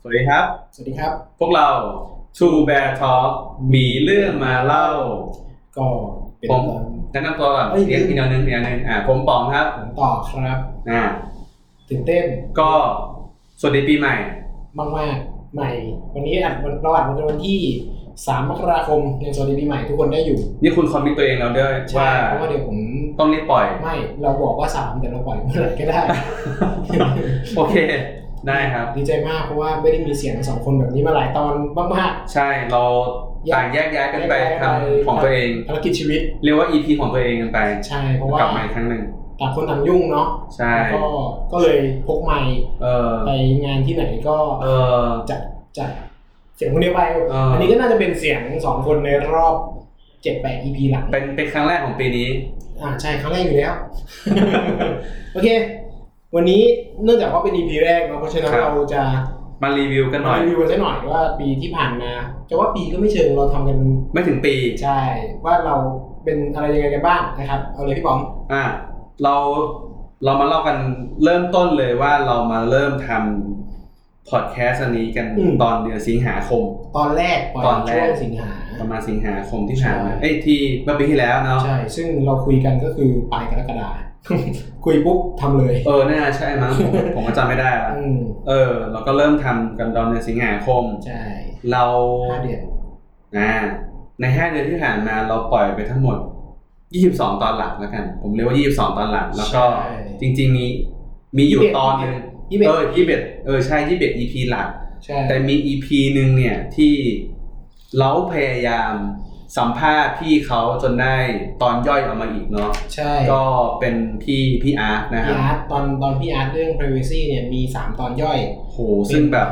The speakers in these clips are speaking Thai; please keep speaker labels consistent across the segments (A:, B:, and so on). A: สวัสดีครับ
B: สวัสดีครับ
A: พวกเรา Two Bear Talk มีเรื่องมาเล่า
B: ก็เป็น
A: ผม
B: ตอน
A: แนะนำตัวก่อน
B: เอ้ย
A: เรียกอีกแนวหนึงอีกแนวหนึงอ่าผมป๋องครับ
B: ผมต่อครับ
A: อ่า
B: ตื่นเต้น
A: ก็สวัสดีปีใหม่
B: มากมากๆใหม่ วันนี้อัดวันเราอัดวันวันที่ 3 มกราคมยังสวัสดีปีใหม่ทุกคนได้อยู่
A: นี่คุณคอมมิตตัวเองแล้วด้วย
B: ใช่
A: ว่า
B: เพราะว่าเดี๋ยวผม
A: ต้องรีบปล่อย
B: ไม่เราบอกว่า 3 แต่เราปล่อยเมื่อไหร่ก็ได้
A: โอเค ได้ครับ
B: ดีใจมากเพราะว่าไม่ได้มีเสียงสองคนแบบนี้มาหลายตอนมาก
A: ใช่เราต่างแยกย้ายกันไป
B: แยกย้าย
A: ท
B: ไป
A: ำของตัวเอง
B: ๆภารกิจชีวิต
A: เรียกว่า EP ของตัวเองกันไป
B: ใช่เพราะว่าก
A: ลับมาอีกครั้งหนึ่ง
B: ต่างคนต่างยุ่งเนาะ
A: ใช่
B: แล้วก็ก็เลยพกไมค์
A: เออ
B: ไปงานที่ไหนก็
A: เออ
B: จัดจัดเสียงคนเดียวไป
A: เอออั
B: อันนี้ก็น่าจะเป็นเสียงสองคนในรอบเจ็ดแปด EP หลัง
A: เป็นเป็นครั้งแรกของปีนี้
B: อ่าใช่ครั้งแรกอยู่แล้ว โอเค วันนี้เนื่องจากว่าเป็น EP แรกเนาะเพราะฉะนั้น
A: ครับ
B: เราจะ
A: มารีวิวกันหน่
B: มา
A: อย
B: รีวิวกันสักหน่อยว่าปีที่ผ่านมาจะว่าปีก็ไม่เชิงเราทำกัน
A: ไม่ถึงปี
B: ใช่ว่าเราเป็นอะไรยังไงกันบ้างนะครับ เอาเลยพี่ป๋อม
A: อ่ะเราเรามาเล่ากันเริ่มต้นเลยว่าเรามาเริ่มทำพอดแคสต์อันนี้กันตอนเดือนสิงหาคม
B: ตอนแรกปล่อย
A: ตอนแร
B: ช่
A: ก
B: วงสิงหา
A: ประมาณสิงหาคมที่ผ่านมา
B: ใช่
A: เอ้ยที่เมื่อปีที่แล้วเนาะ
B: ใช่ซึ่งเราคุยกันก็คือปลายกรกฎา คุยปุ๊บทำเลย
A: เออน่าใช่มั้งผมผมก็จำไม่ได้ละ
B: อืม
A: เออ เราก็เริ่มทำกันตอนเดือนสิงหาคม
B: ใช่
A: เรา
B: ห้าเดือน
A: อ่าในห้าเดือนที่ผ่านมาเราปล่อยไปทั้งหมด 22 ตอนหลักแล้วกัน ผมเรียกว่า 22 ตอนหลัก แล้วก็
B: ใช่
A: จริง ๆ มีมีอยู่ตอนหนึ่ง
B: ยี่สิบ
A: เออ
B: เอ็ด
A: ยี่สิบเอ็ดเออใช่ยี่สิบเอ็ด EP หลัก
B: ใช่
A: แต่มี EP หนึ่งเนี่ยที่เราพยายามสัมภาษณ์พี่เขาจนได้ตอนย่อยเออกมาอีกเนาะ
B: ใช่
A: ก็เป็นพี่พี่อาร์ตนะค
B: พี่
A: รับ
B: อาร์ตตอนตอนพี่อาร์ตเรื่อง privacy เนี่ยมี 3 ตอนย่อย
A: โหซึ่งแบบ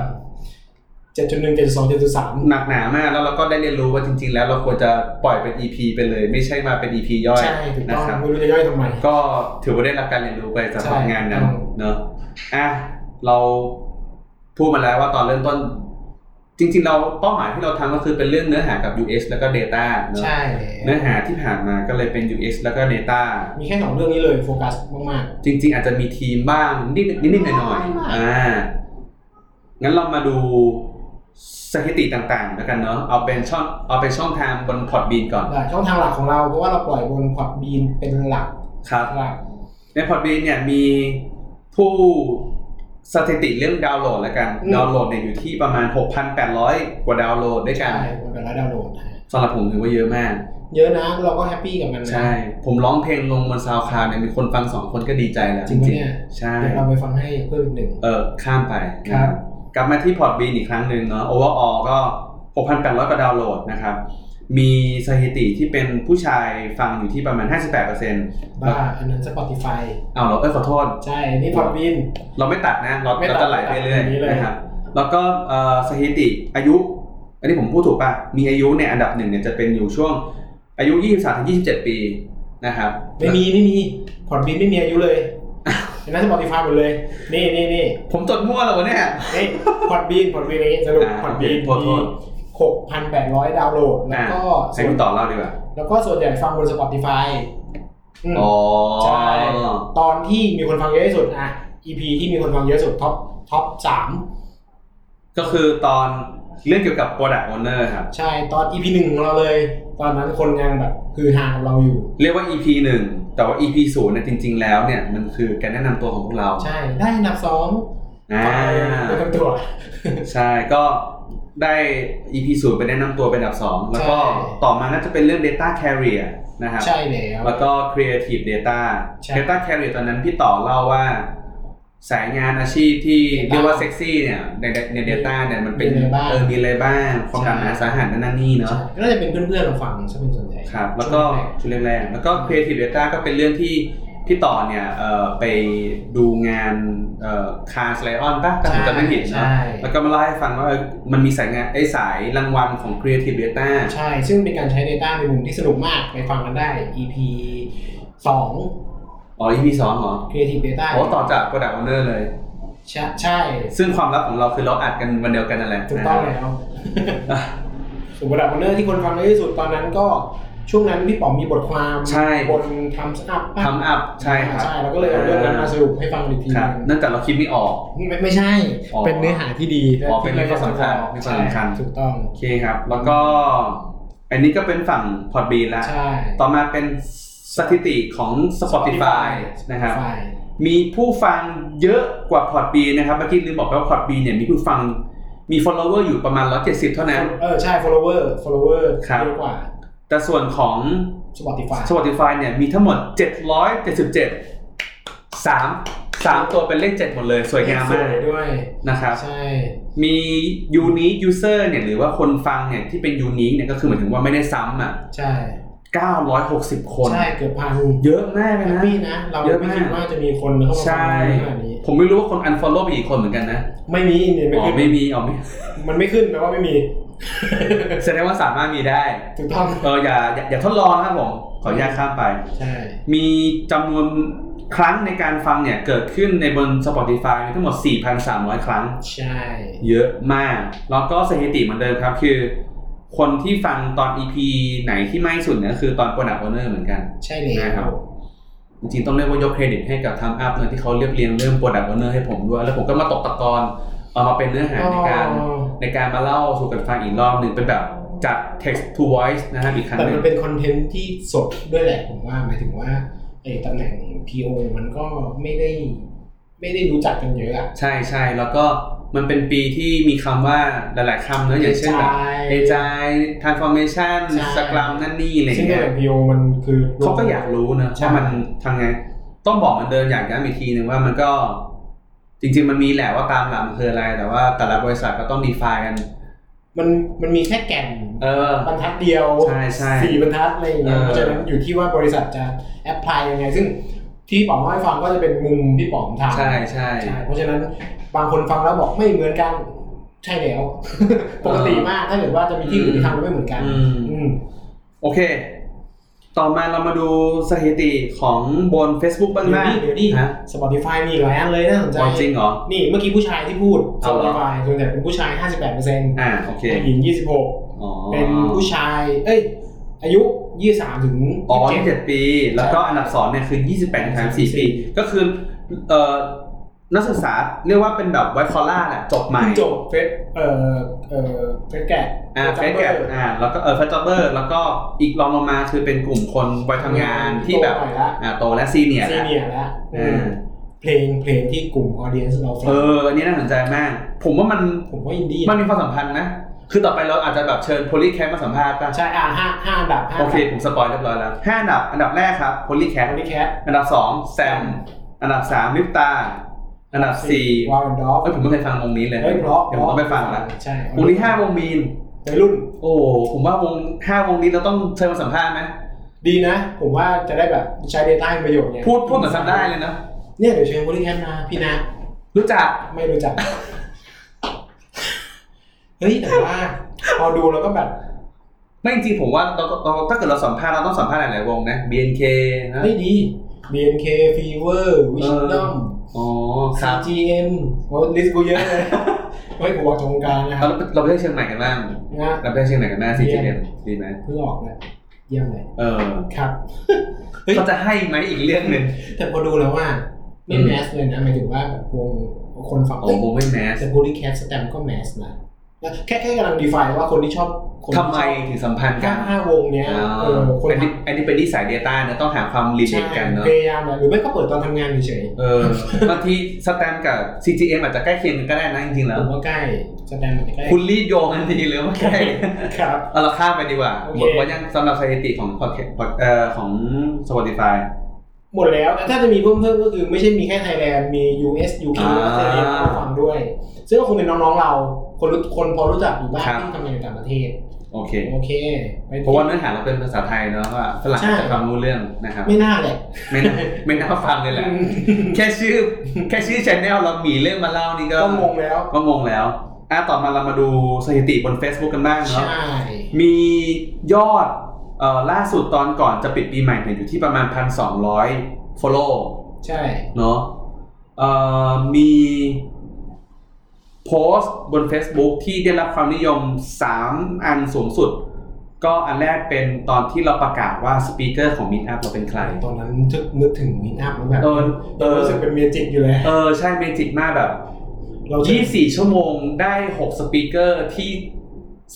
B: 7.1 7.2 7.3
A: หนักหนามากแล้วเราก็ได้เรียนรู้ว่าจริง ๆ แล้วเราควรจะปล่อยเป็น EP ไปเลย ไม่ใช่มาเป็น EP ย่อย
B: ใช่ถูก
A: นะ
B: ต้อง
A: ครับ
B: ไม่รู้จะย่อยทำไม
A: ก็ถือว่าได้รับการเรียนรู้ไปจาก
B: ใช่
A: งานนั้น
B: ครับ
A: เนอะอ่ะเราพูดมาแล้วว่าตอนเริ่มต้น จริง ๆ เราเป้าหมายที่เราทำก็คือเป็นเรื่องเนื้อหากับ UX แล้วก็ Data เนอะ
B: ใช่
A: เนื้อหาที่ผ่านมาก็เลยเป็น UX แล้วก็ Data
B: มีแค่ 2 เรื่องนี้เลยโฟกัสมาก
A: จริง ๆ อาจจะมีทีมบ้างนิดนิดๆหน่อย
B: ไม่
A: ๆ
B: ไม่
A: อ่า งั้นเรามาดูสถิติต่างๆ แล้วกันเนาะ เอาเป็นช่องเอาเป็นช่องทางบนพอดบีนก่อน
B: ๆแต่ช่องทางหลักของเราเพราะว่าเราปล่อยบนพอดบีนเป็นหลัก
A: ครับ
B: หลัก
A: ในพอดบีนเนี่ยมีผู้สถิติเรื่องดาวน์โหลดแล้วกัน ดาวน์โหลดเนี่ยอยู่ที่ประมาณ 6,800 กว่าดาวน์โหลดด้วยกัน
B: ใช่มันเป็นระดับดาวน์โหลดนะฮะ
A: สำหรับผมถือว่าเยอะมาก
B: เยอะนะเราก็แฮปปี้กับมันนะ
A: ใช่ ผมร้องเพลงลงบนซาวคลาวเนี่ยมีคนฟังสองคนก็ดีใจแล้ว
B: จริงปะเนี่ย
A: ใช่
B: เดี๋ยวเราไปฟังให้เพิ่มอีกหนึ่ง
A: เออข้ามไปนะค
B: ค
A: รั
B: รั
A: บบ กลับมาที่พอร์ตบีนอีกครั้งหนึ่งเนาะโอเวอร์ออก็ 6,800 กว่าดาวน์โหลดนะครับ มีสถิติที่เป็นผู้ชายฟังอยู่ที่ประมาณ 58%
B: บ้าอันนั้น Spotify
A: เอาเหราเอ้ยขอโทษ
B: ใช่นี่พอดบีน
A: เราไม่ตัดนะ เรา
B: ไม่ตั
A: เรา
B: ด
A: จะไหลไปเรื่อย
B: ไม่ตัดแบบนี้เลย
A: นะครับ แล้วก็เอ่อสถิติอายุ อันนี้ผมพูดถูกป่ะ มีอายุเนี่ยอันดับหนึ่งเนี่ยจะเป็นอยู่ช่วงอายุ 23-27 ปีนะครับ
B: ไม่มีไม่มีพอร์ตบินไม่มีอายุเลยเป็นนั้นสปอติฟายหมดเลย นี่นี่นี่
A: ผมจดมั่วแล้ววะเนี่ย
B: นี่พอร์ตบินพอร์ตบินอะไรเงี้ยสรุป
A: อ่า
B: พอร์ตบิน
A: โทษโทษ
B: มีหกพันแปดร้อยดาวน์โหลด แล้วก็
A: ให้
B: ส่วน
A: คุณต่อเล่าดีกว่า
B: แล้วก็ส่วนใหญ่ฟังบน Spotify อืม
A: อ๋อ
B: ใช่ ตอนที่มีคนฟังเยอะที่สุดอ่ะ EP ที่มีคนฟังเยอะสุดท็อปท็อปสาม
A: ก็คือตอนเรื่องเกี่ยวกับ Product Owner ครับ
B: ใช่ตอน EP หนึ่งของเราเลย ตอนนั้นคนยังแบบคือหากับเราอยู่
A: เรียกว่า EP 1 แต่ว่า EP 0เนี่ยจริง ๆ แล้วเนี่ย มันคือการแนะนำตัวของพวกเรา
B: ใช่ได้อันดับสอง
A: อ่า
B: ไปทำตัว
A: ใช่ก็ได้ EP 0ไปแนะนำตัวเป็นอันดับ 2 แล้วก็
B: ใช่
A: ต่อมาน่าจะเป็นเรื่อง Data Carrier นะครับ
B: ใช่แล้ว
A: แล้วก็ Creative Data
B: ใช่
A: Data Carrier ตอนนั้นพี่ต่อเล่าว่า สายงานอาชีพที่เรียกว่าเซ็กซี่เนี่ยในใน Data เนี่ยมันเป็น
B: มีอะไรบ้าง
A: เออมีอะไรบ้างความหนาหนาสาหัสนั่นนั่นนี่เนาะ
B: ก็น่าจะเป็นเพื่อนๆเราฟังซะเป็นส่วนใหญ่
A: ครับแล้วก็ชุดแรกๆแล้วก็ Creative Data ก็เป็นเรื่องที่พี่ต่อเนี่ยเอ่อไปดูงานคาร์สไลออนป่ะถ้าผมจำไม่ผิด
B: ใช่
A: นะแล้วก็มาเล่าให้ฟังว่าเออมันมีสายงานไอ้สายรางวัลของ Creative Data
B: ใช่ ซึ่งเป็นการใช้ Data ในมุมที่สนุกมากไปฟังกันได้ EP 2
A: อ๋อ EP สองเหรอ
B: Creative Data
A: โอ้ต่อจาก Product Owner เลย
B: ใช่ใช่
A: ซึ่งความลับของเราคือเราอัดกันวันเดียวกันนั่นแหละ
B: ถูกต้อง
A: นะ
B: แล้ว
A: อ่ะ
B: สุบระดับวันเนอร์ที่คนฟังเยอะที่สุดตอนนั้นก็ช่วงนั้นพี่ป๋อมมีบทความ
A: ใช่
B: บนทำสอัพ
A: ทำอัพใช่ครับ
B: ใช่แล้วก็เลยเอาเรื่องนั้นมาสรุปให้ฟังอีกทีห
A: ครับ
B: นึ่ง
A: เนื่องจากเราคิดไม่ออก
B: ไม่ไม่ใช่
A: อ๋อ
B: เป็นเนื้อหาที่ดี
A: อ๋อเป็นเรื่องสำคัญ
B: ที่เาอยากจะ
A: เรื่อ
B: บอก
A: งสำคัญ
B: ใช่ถูกต้อง
A: โอเคครับ แล้วก็ อันนี้ก็เป็นฝั่งพอดบีแล้ว
B: ใช่
A: ต่อมาเป็นสถิติของ Spotify นะครับ
B: ไฟล์
A: มีผู้ฟังเยอะกว่า Podbean นะครับ เมื่อกี้ลืมบอกไปว่า Podbean เนี่ยมีผู้ฟังมี follower อยู่ประมาณ 170 เท่านั้น
B: เออใช่ follower follower
A: ครับ
B: เยอะกว่า
A: แต่ส่วนของ
B: Spotify
A: Spotify เนี่ยมีทั้งหมด 777 3 3 ตัวเป็นเลข 7 หมดเลย สวยงามมาก
B: สวยด้วย
A: นะครับ
B: ใช่
A: มียูนิคยูเซอร์เนี่ยหรือว่าคนฟังเนี่ยที่เป็นยูนิคเนี่ยก็คือหมายถึงว่าไม่ได้ซ้ำอ่ะ
B: ใช่
A: 960 คน
B: ใช่เกือบพัน
A: เยอะมากเลย
B: แฮป
A: นะ
B: ปี้นะ เรา
A: เยอะ
B: ไม่
A: มาก
B: คิดว่าจะมีคนเข้ามาฟั
A: ใช่
B: งเราขนาดนี้
A: ผมไม่รู้ว่าคน unfollow ไปกี่คนเหมือนกันนะ
B: ไม่มีเนี่ยไม่
A: อ๋อ
B: ขึ้น
A: ไม่มี อ๋อไม่
B: มันไม่ขึ้นแปลว่าไม่มี
A: แสดงว่าสามารถมีได้
B: ถูกต้อง
A: เอออย่าอย่าอย่าทดลองนะครับผมขออนุญาตข้ามไป
B: ใช่
A: มีจำนวนครั้งในการฟังเนี่ยเกิดขึ้นในบน Spotify มีทั้งหมด 4,300 ครั้ง
B: ใช่
A: เยอะมาก แล้วก็สถิติเหมือนเดิมครับ คือ คนที่ฟังตอน EP ไหนที่ไม่สุดเนี่ยคือตอน Product Owner เหมือนกัน
B: ใช่เลย
A: นะครับ จริงๆต้องเรียกว่ายกเครดิตให้กับ Time Up เลยที่เขาเรียบเรียงเรื่อง Product Owner ให้ผมด้วย แล้วผมก็มาตกตะกอนเอามาเป็นเนื้อหาในการ
B: อ๋อ
A: ในการมาเล่าสู่กันฟังอีกรอบหนึ่งเป็นแบบจาก text to voice นะฮะอีกครั้ง
B: แต่
A: หนึ่
B: มั
A: ง
B: นเป็นคอนเทนต์ที่สดด้วยแหละผมว่าหมายถึงว่าไอ้ตำแหน่ง PO มันก็ไม่ได้ ไม่ได้รู้จักกันเยอะอะ
A: ใช่ใช่แล้วก็มันเป็นปีที่มีคำว่าหลายๆคำเนอะอย่างเช่นแบบ
B: เอ
A: a
B: จ
A: g i transformation
B: ใช่
A: scrum นั่นนี่อะไร
B: ซึ่งตำ
A: เงี้
B: แห
A: ย
B: น่ง PO มันคือ
A: เขาก็อยากรู้นะ
B: ใช่
A: ว่ามันทำไง ต้องบอกเหมันเดิมอยากย้ำอีกทีนึงว่ามันก็ จริง ๆ มันมีแหละว่าตามหลักมันคืออะไร แต่ว่าแต่ละบริษัทก็ต้อง define กัน
B: มันมันมีแค่แก่น
A: เออ
B: บรรทัดเดียว
A: ใช่ใช่
B: สี่บรรทัดอะไรอย่างเงี้ย
A: เออ
B: เพราะฉะนั้นอยู่ที่ว่าบริษัทจะแอพพลายยังไง ซึ่งที่ป๋อมเล่าให้ฟังก็จะเป็นมุมที่ป๋อมทำ
A: ใช่ใช่
B: ใช่เพราะฉะนั้นบางคนฟังแล้วบอกไม่เหมือนกัน ใช่แล้ว ปกติมากถ้าเกิดว่าจะมีที่อื่นที่ทำไม่เหมือนกัน
A: อืม
B: อืม
A: โอเค ต่อมาเรามาดูสถิติของบน Facebook บ้าง
B: เดี๋ยว
A: นะ
B: นี้เดี๋ยวนี้
A: ฮะ
B: Spotify มีอีกหลายอันเลยน่าสนใจ
A: อ๋อจริงเหรอ
B: นี่เมื่อกี้ผู้ชายที่พูด
A: เอาเหรอ
B: Spotify ส่วนใหญ่เป็นผู้ชาย 58เปอร์เซ็นต์
A: อ่าโอเค
B: ผู้หญิง
A: อ๋อ
B: 26 เป็นผู้ชาย เอ้ย อายุ 23 ถึง
A: อ๋อ
B: 27
A: 27 ปี แล้วก็อันดับสองเนี่ยคือ 28 34 ปี ก็คือเอ่อนักศึกษาเรียกว่าเป็นแบบไวคอล่าแหละจบใหม่
B: เพิ่งจบเฟสเอ่อเอ่อเฟสแกะ
A: อ่าเฟสแกรอ่าแล้วก็เออเฟสจ็อบเบอร์ แล้วก็อีกรองลงมาคือเป็นกลุ่มคนวัยทำงานที่แบบ
B: โตหน่อยละ
A: อ่าโตและซีเนียร์
B: ซี
A: แล้ว
B: เนียร์แล้วอื
A: อ่าม
B: เพลงเพลงที่กลุ่มออเดียนส์เราฟั
A: เอออันนี้น่าสนใจมาก ผมว่ามัน
B: ผมว่าอินดี้
A: มันมีความสัมพันธ์นะ คือต่อไปเราอาจจะแบบเชิญโพลีแคสมาสัมภาษณ์ป่ะ
B: ใช่อ่าห้าห้าอันดับห้า
A: โอเค ผมสปอยเรียบร้อยแล้วห้าอันดับ อันดับแรกครับโพลีแค
B: แอ
A: ส
B: นดี้แคท
A: อันดับสองแซม อันดับสามลิปตา อันดับสี่
B: วอลดอฟ
A: เอ้ยผมไม่เคยฟังวงนี้เลย
B: เฮ้ยเพราะ
A: เดี๋ยวผมต้องไปฟังละ
B: ใช่
A: วงนี้ห้าวงมีน
B: วัยรุ่น
A: โอ้ผมว่าวงห้าวงนี้เราต้องเชิญมาสัมภาษณ์ไหม
B: ดีนะ ผมว่าจะได้แบบใช้เดต้าเป็นประโยชน์ไง
A: พูดพูดเหมือนทำได้เลยนะ
B: เนี่ยเดี๋ยวเชิญคนที่แคทมาพี่นะ
A: รู้จัก
B: ไม่รู้ จัก เฮ้ยแต่ว่าพอดูแล้วก็แบบ
A: ไม่จริงๆผมว่าเราเราถ้าเกิดเราสัมภาษณ์เราต้องสัมภาษณ์หลายๆวงนะ BNK นะ
B: เฮ้ยดี BNK Fever
A: เออ
B: Wisdom
A: อ๋อครับ
B: CGM โอ้ลิสต์กูเยอะเลยเฮ้ยกูบอกจงการนะค
A: เรา
B: รับ
A: เราไปเที่ยวเชียงใหม่กันบ้าง
B: นะ
A: รับได้เชียงใหม่กันหน้าซีจี
B: เยี่
A: เอ็
B: ย
A: ม
B: ม
A: ดีไหม
B: เพิ่งออกเลยเยี่ยมเลย
A: เออ
B: ครับ
A: เขาจะให้ไหมอีกเรื่องหนึ่ง
B: แต่พอดูแล้วว่าไม่แมสเลยนะหมายถึงว่าแบบวงคนฟัง
A: โอ้โหไม่แมส
B: แต่บูลี่แคสแตมก็แมสนะแล้วแค่แค่กำลังดีไฟว่าคนที่ชอบคน
A: ทำไมถึงสัมพันธ์กั
B: ห้านห้าวงเนี้ย
A: อ่า
B: เออคน
A: อันนี้อันนี้เป็นนิสัย Data นะต้องหาความรีเล
B: ใช่
A: ทกันเนาะ
B: พยายามแบบหรือไม่ก็เปิดตอนทำงานเฉย
A: เออบางทีสแตมกับ CGM อาจจะใกล้เคียงกันก็ได้นะจริงๆ
B: ๆ
A: แล้ว
B: ผมว่าใกล้สแตมมันจะใกล้
A: คุณรีดโยงอันทีหรือว่าใกล้
B: ครับ
A: เอาเราข้ามไปดีกว่า
B: โอ
A: ห
B: เค
A: มดว่ายังสำหรับสถิติของ podcast- pod เอ่อของ Spotify
B: หมดแล้วแต่ถ้าจะมีเพิ่มเพิ่มก็คือไม่ใช่มีแค่ไทยแลนด์มี US UK
A: อ่า
B: ออสเตรเลียมาฟังด้วย ซึ่งก็คงเป็นน้องๆเรา คนรู้คนพอรู้จักอยู่บ้าง
A: ครับ
B: ที่ทำงานอยู่ต่างประเทศ
A: โอเค
B: โอเคไป
A: เพราะว่าเนื้อหาเราเป็นภาษาไทยเนาะว่าฝรั่งอาจจะฟังรู้เรื่องนะครับ
B: ไม่น่าแหละ
A: ไม่น่าไม่น่าฟังเลยแหละ แค่ชื่อแค่ชื่อชแนลเราหมีเรื่องมาเล่านี่ก็
B: ก็งงแล้ว
A: ก็งงแล้วอ่ะต่อมาเรามาดูสถิติบน Facebook กันบ้าง
B: ใช่
A: เนาะมียอดเอ่อล่าสุดตอนก่อนจะปิดปีใหม่เนี่ยอยู่ที่ประมาณ 1,200 follow
B: ใช่
A: เนาะเอ่อมี โพสต์บน Facebook ที่ได้รับความนิยม 3 อันสูงสุด ก็อันแรกเป็นตอนที่เราประกาศว่าสปีกเกอร์ของ Meetup เราเป็นใคร
B: ตอนนั้นนึกนึกถึงมินอัพแล้วแบบ
A: เออเออ
B: รู้สึกเป็นเมจิกอยู่เลย
A: เออ ใช่เมจิกมากแบบ
B: เราจะ
A: 24 ชั่วโมงได้ 6 สปีกเกอร์ที่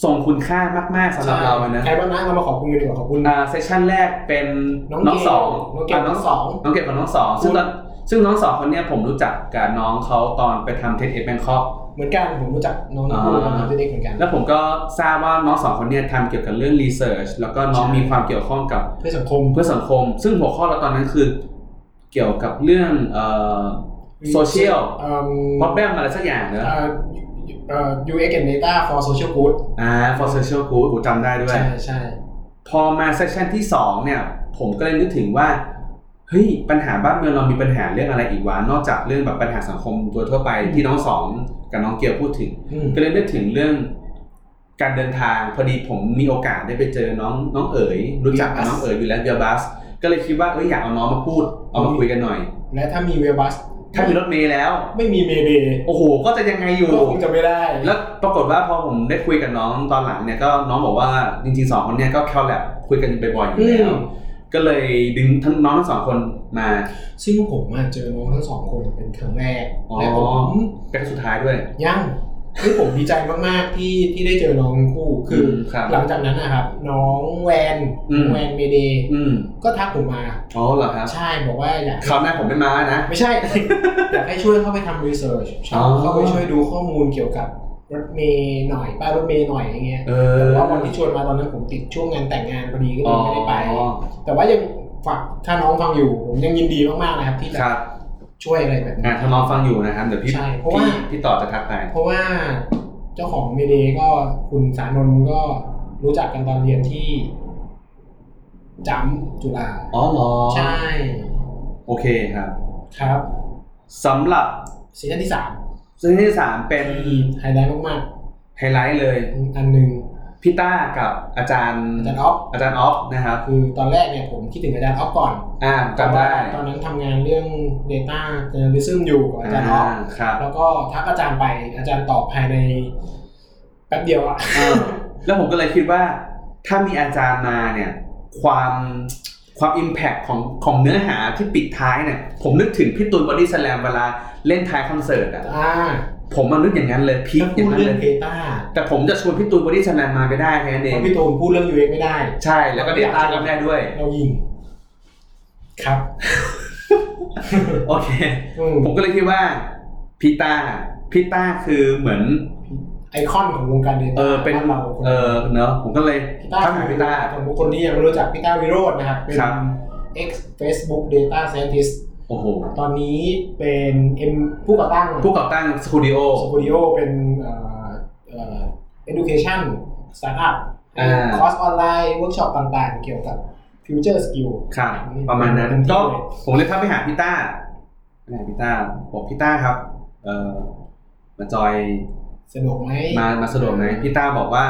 A: ทรงคุณค่ามาก ๆสำหรับเราเลยนะ
B: ใครบ้างนะเรามาขอบคุณกันดีกว่าขอบคุณ
A: อ่าเซสชั่นแรกเป็น
B: น้อง
A: น้องสอง
B: เกลน้องเกลน้องสอง
A: น้องเกดกับน้องสองซึ่งตอนซึ่งน้องสองคนเนี้ยผมรู้จักกับน้องเขาตอนไปทำเทสเอ็ดแบงคอก
B: เหมือนกันผมรู้จักน้องน้อง
A: อ่า
B: น้องเด็กเหมือนกัน
A: แล้วผมก็ทราบว่าน้องสองคนเนี่ยทำเกี่ยวกับเรื่องรีเสิร์ชแล้วก็น้อง
B: ใช่
A: มีความเกี่ยวข้องกับ
B: เพื่อสังคม
A: เพื่อสังคม ซึ่งหัวข้อเราตอนนั้นคือเกี่ยวกับเรื่องโซเชียล p r o b l e m อะไรสักอย่างเนอะ
B: UX and data for social good
A: อ่า for social good ผมจำได้ด้วย
B: ใช่ใช่
A: พอมาเซสชันที่ 2 เนี่ย ผมก็เลยนึกถึงว่า เฮ้ย ปัญหาบ้านเมืองเรามีปัญหาเรื่องอะไรอีกวะนอกจากเรื่องแบบปัญหาสังคมตัวทั่วไปที่น้องสองกับน้องเกียวพูดถึง
B: อืม
A: ก็เลยนึกถึงเรื่องการเดินทางพอดีผมมีโอกาสได้ไปเจอน้องน้องเอ๋ย รู้จักกับน้องเอ๋ยอยู่แล้วเบียบัส ก็เลยคิดว่าเอ้ยอยากเอาน้องมาพูดเอามาคุยกันหน่อย
B: และถ้ามีเวลบัส
A: ถ้ามีรถเมล์แล้ว
B: ไม่มีเมเดย์
A: โอ้โห ก็จะยังไงอยู่
B: ก็คงจะไม่ได้
A: แล้วปรากฏว่าพอผมได้คุยกับน้องตอนหลังเนี่ยก็น้องบอกว่าจริงๆสองคนเนี่ยก็แคลแลบคุยกันบ่อยๆอยู่แล้ว ก็เลยดึงทั้งน้องทั้งสองคนมา
B: ซึ่งผมอะเจอน้องทั้งสองคนเป็นครั้งแรก
A: อ๋อ
B: และผม
A: เป็นครั้งสุดท้ายด้วย
B: ยังคือผมดีใจมากๆที่ที่ได้เจอน้องทั้งคู่คืออ
A: มครับ
B: หลังจากนั้นนะครับ น้องแวน
A: อืม
B: แวนเมเดย์
A: อืม
B: ก็ทักผมมา
A: อ๋อเหรอครับ
B: ใช่บอกว่าอยาก
A: คราวหน้าผมไม่มานะ
B: ไม่ ใช่ อยากให้ช่วยเข้าไปทำรีเสิร์ช
A: อ๋อ
B: เข้าไปช่วยดูข้อมูลเกี่ยวกับรถเมย์หน่อยป้ายรถเมย์หน่อยอย่างเงี้ย
A: เออ
B: แต่ว่าวันที่ชวนมาตอนนั้นผมติดช่วงงานแต่งงานพอดีก็เลยไม่ได้ไป
A: อ๋อ
B: แต่ว่ายังฝากถ้าน้องฟังอยู่ผมยังยินดีมากๆนะครับที่จะ
A: ครับ
B: ช่วยอะไรแบบ
A: อ่ะ
B: นี้
A: ถ้าน้องฟังอยู่นะครับเดี๋ยวพี่
B: ใช่เพราะว่า
A: พี่พี่ต่อจะทักไป
B: เพราะว่าเจ้าของเมเดย์ก็คุณสานนท์ก็รู้จักกันตอนเรียนที่จำจุฬา
A: อ๋อเหรอ
B: ใช่
A: โอเคครับ
B: ครับ
A: สำหรับ
B: ซีซั่นที่สาม
A: ซีซั่นที่สามเป็น
B: ไฮไลท์มาก
A: ไฮไลท์เลย
B: ๆอันหนึ่ง
A: พี่ต้ากับอาจารย์
B: อาจารย์อ๊อฟ
A: อาจารย์ออฟนะครับ
B: คือตอนแรกเนี่ยผมคิดถึงอาจารย์อ๊อฟก่อน
A: อ่าจำได้
B: ตอนนั้นทำงานเรื่อง Data a n a l y s m อยู่กับอาจารย์อ๊อฟ
A: ครับ
B: แล้วก็ทักอาจารย์ไปอาจารย์ตอบภายในแป๊บเดียวอะ
A: แล้วผมก็เลยคิดว่า ถ้ามีอาจารย์มาเนี่ย ความความอิมแพคของของเนื้อหาที่ปิดท้ายเนี่ย ผมนึกถึงพี่ตูนบอดี้สแลมเวลาเล่นท้ายคอนเสิร์ตอ่ะ
B: อ่า
A: ผมมันนึกอย่างนั้นเลยพีค
B: ถ้า
A: อ
B: พู
A: ย่า
B: ด
A: งนั้น
B: เรื่อ
A: เล
B: ง
A: ย
B: Data
A: แต่ผมจะชวนพี่ตูนบอดี้สแลมมาไม่ได้แค่นั้น
B: เพ
A: เอง
B: ราะพี่ตูนพูดเรื่อง UX ไม่ได้
A: ใช่แล้วก็เดต้าก็ไม่ได้ด้วย
B: เรายิง ครับ
A: โอเค
B: อืม
A: ผมก็เลยคิดว่าพี่ต้าพี่ต้าคือเหมือน
B: ไอคอนของวงการ Data
A: เออเป็น
B: บ้าเราคน
A: เออเนอะผมก็เลย
B: พี่ต้า
A: ทักหาพี่ต้า
B: ผมคนที่ยังไม่รู้จักพี่ต้าวิโรจน์นะครับเป็น
A: ครับ
B: ex Facebook Data Scientist
A: โอ้โห
B: ตอนนี้เป็น M ผู้ก่อตั้ง
A: ผู้ก่อตั้งสตูดิโอ
B: สกูดิโอเป็นเอ่อเอ่อ education startup
A: อ่า
B: คอร์สออนไลน์เวิร์กช็อปต่างๆ เกี่ยวกับ future skill
A: ครับประมาณนั้น
B: เต็มที่
A: ก็
B: เลย
A: ผมเลยทักไปหาพี่ต้าไปหาพี่ต้าบอกพี่ต้าครับ เออมาจอย
B: สะดวกไหม
A: มามาสะดวกไหมพี่ต้าบอกว่า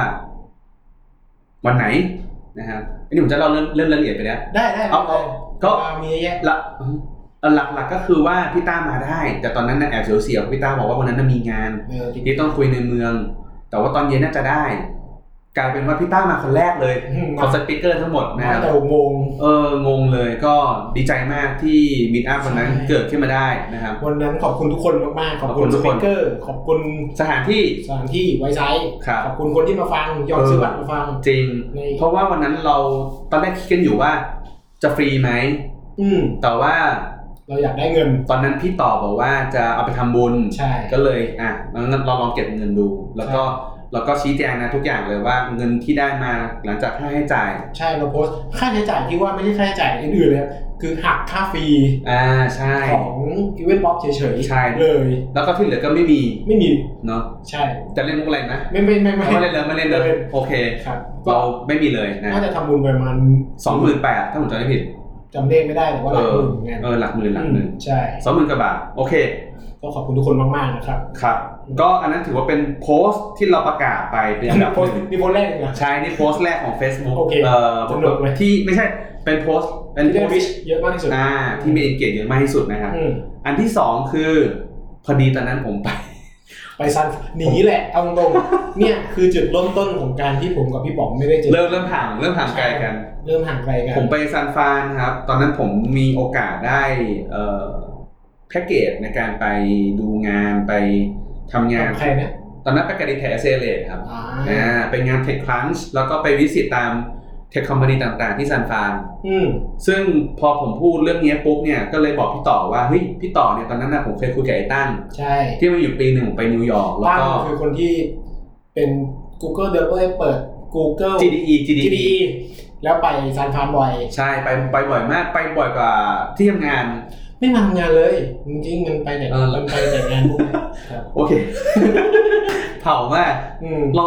A: วันไหนนะครับอันนี้ผมจะเล่าเรื่องเรื่องรายละเอียดไปแล้ว
B: ได้ได้
A: เอาเอาก็
B: เวลมีเยอะแยะ
A: ละเอ่อหลักหลักๆก็คือว่าพี่ต้ามาได้ แต่ตอนนั้นน่ะแอบเสียวๆพี่ต้าบอกว่าวันนั้นน่ะมีงาน
B: เออติด
A: ที่ต้องคุยในเมือง แต่ว่าตอนเย็นน่าจะได้ กลายเป็นว่าพี่ต้ามาคนแรกเลยขอสปิเกอร์ทั้งหมดนะค
B: มา
A: รับ
B: แต่หกโมง
A: เอองงเลยก็ดีใจมากที่มิตอัพวันนั้น
B: ใช่
A: เกิดขึ้นมาได้นะครับ
B: วันนั้นขอบคุณทุกคนมากๆ ขอบ
A: ขอบคุ
B: คุณ ณ
A: ทุ
B: ส
A: กค
B: ปิ
A: น
B: เกอร์ ขอบคุณ
A: สถานที่
B: สถานที่ไวซ์ไซต์
A: ครับ
B: ขอบคุณคนที่มาฟังยอม
A: เออ
B: ซื้อบัตรมาฟัง
A: จริง
B: ใน
A: เพราะว่าวันนั้นเราตอนแรกคิดกันอยู่ว่าจะฟรีไหม
B: อืม
A: แต่ว่า
B: เราอยากได้เงิน
A: ตอนนั้นพี่ต่อบอกว่าจะเอาไปทำบุญ
B: ใช่
A: ก็เลยอ่ะงั้นเราลองเก็บเงินดู แล้วก็เราก็ชี้แจงนะทุกอย่างเลยว่าเงินที่ได้มาหลังจากค่าให้จ่าย
B: ใช่เราโพสต์ค่าใช้จ่ายที่ว่าไม่ใช่ค่าใช้จ่ายอื่นๆเลยคือหักค่าฟรี
A: อ่าใช่
B: ของอีเวนต์บ็อบเฉย
A: ใช่
B: ๆเลย
A: แล้วก็ที่เหลือก็ไม่มี
B: ไม่มี
A: เนาะ
B: ใช่
A: จะเล่นมุกอะไรนะ
B: ไม่ไม่ไม่ไม่
A: ไม่เล่นเลยไม่เล่นเลยโอเค
B: ครับก็
A: เราไม่มีเลยนะ
B: น่าจะทำบุญไปประมาณ
A: สองหมื่นแปดถ้าผมจำไม่ผิด
B: จำเลขไม่ได้แต่ว่าห
A: เอ
B: ลัก
A: อ
B: หมื่นไง
A: เออหลักหมื่นหลักหมื่น
B: ใช่
A: สองหมื่นกว่าบาท โอเค
B: ก็ขอบคุณทุกคนมากๆนะครับ
A: ครับ ก็อันนั้นถือว่าเป็นโพสต์ที่เราประกาศไปเป็นอันดับห
B: โพสต์
A: นึ่ง
B: นี่โพสต์แรกเลยนะ
A: ใช่นี่โพสต์แรกของ Facebook
B: โอเค
A: เอ่อ
B: สนุกเลย
A: ที่ไม่ใช่เป็นโพสต์เป็น
B: ที่
A: โพสต์
B: ได้วิชเยอะมากที่สุด
A: อ่าที่มีเอนเกจเยอะมากที่สุดนะครับ
B: อืม
A: อันที่สองคือ พอดีตอนนั้นผมไป
B: ไป ไปซันหนีแหละเอาตรงๆเนี่ยคือจุดเริ่มต้นของการที่ผมกับพี่ป๋องไม่ได้เจอ
A: เริ่มเริ่มห่างเริ่มห่างไกลกัน
B: เริ่มห่างไกลกัน
A: ผมไปซานฟรานครับ ตอนนั้นผมมีโอกาสได้เอ่อแพ็กเกจในการไปดูงานไปทำงาน
B: กับใครนะ
A: ตอนนั้นไปกับดีแทเซเลตครับ
B: อ่า
A: อ่าไปงานเทคคลันช์แล้วก็ไปวิสิตตามเทคคอมพานีต่างๆที่ซานฟราน
B: อืม
A: ซึ่งพอผมพูดเรื่องเนี้ยปุ๊บเนี่ยก็เลยบอกพี่ต่อว่าเฮ้ยพี่ต่อเนี่ยตอนนั้นนะผมเคยคุยกับไอ้ตั้ง
B: ใช่
A: ที่มาอยู่ปีหนึ่งไปนิวยอร์กแล้ว
B: ตั้ง
A: ก็
B: คือคนที่เป็น Google d e v e l o p เปิด Google
A: GDE
B: GDE แล้วไปซานฟรานบ่อย
A: ใช่ไปไปบ่อยมากไปบ่อยกว่าที่ทำงาน
B: ไม่มาทำงานเลยจริงๆมันไปแต่
A: เออ
B: มันไปแต่ งานพวกนี้ครับ
A: โอเค เผามาก
B: อืม
A: เรา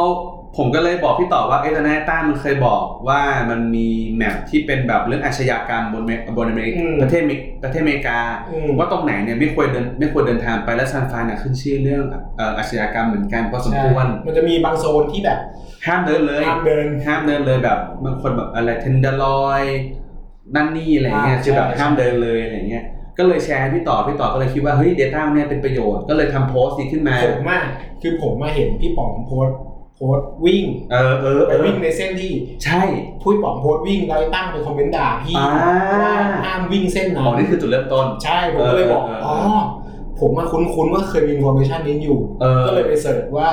A: ผมก็เลยบอกพี่ต่อว่าไอ้ตอนนั้นไอ้ต้ามันเคยบอกว่ามันมีแมปที่เป็นแบบเรื่องอาชญากรรมบนเมบนอเมริกประเทศเมกประเทศอเมริกา
B: อืม
A: ว่าตรงไหนเนี่ยไม่ควรเดินไม่ควรเดินทางไปและซานฟรานเนี่ยขึ้นชื่อเรื่องเอ่ออาชญากรรมเหมือนกันพอสมควร
B: ใช่มันจะมีบางโซนที่แบบ
A: ห้ามเดินเลย
B: ห้ามเดิน
A: ห้ามเดินเลยแบบบางคนแบบอะไรเทนเดอร์ลอยนั่นนี่อะไรเงี้ย
B: อ่า
A: คือแบบ
B: ใช่
A: ห้ามเดินเลยอะไรเงี้ยก็เลยแชร์ให้พี่ต่อพี่ต่อก็เลยคิดว่าเฮ้ย Data เนี่ยเป็นประโยชน์ก็เลยทำโพสต์นี้ขึ้นมา
B: ผมอะคือผมมาเห็นพี่ป๋องโพสต์โพสต์วิ่ง
A: เออเออ
B: ไป
A: เออ
B: วิ่งในเส้นที่
A: ใช่
B: พี่ป๋องโพสต์วิ่งแล้วไอ้ตั้งไปคอมเมนต์ด่าพี่
A: อ่า
B: ว่าห้ามวิ่งเส้น
A: อ๋
B: นั้
A: อนี่
B: น
A: คือจุดเริ่มต้น
B: ใช่ผมก็เลยบอก
A: เออเออเอออ๋
B: อ๋อผมมาคุ้นๆว่าเคยมีอินโฟเมชันนี้อยู่
A: เออ
B: ก็เลยไปเสิร์ชว่า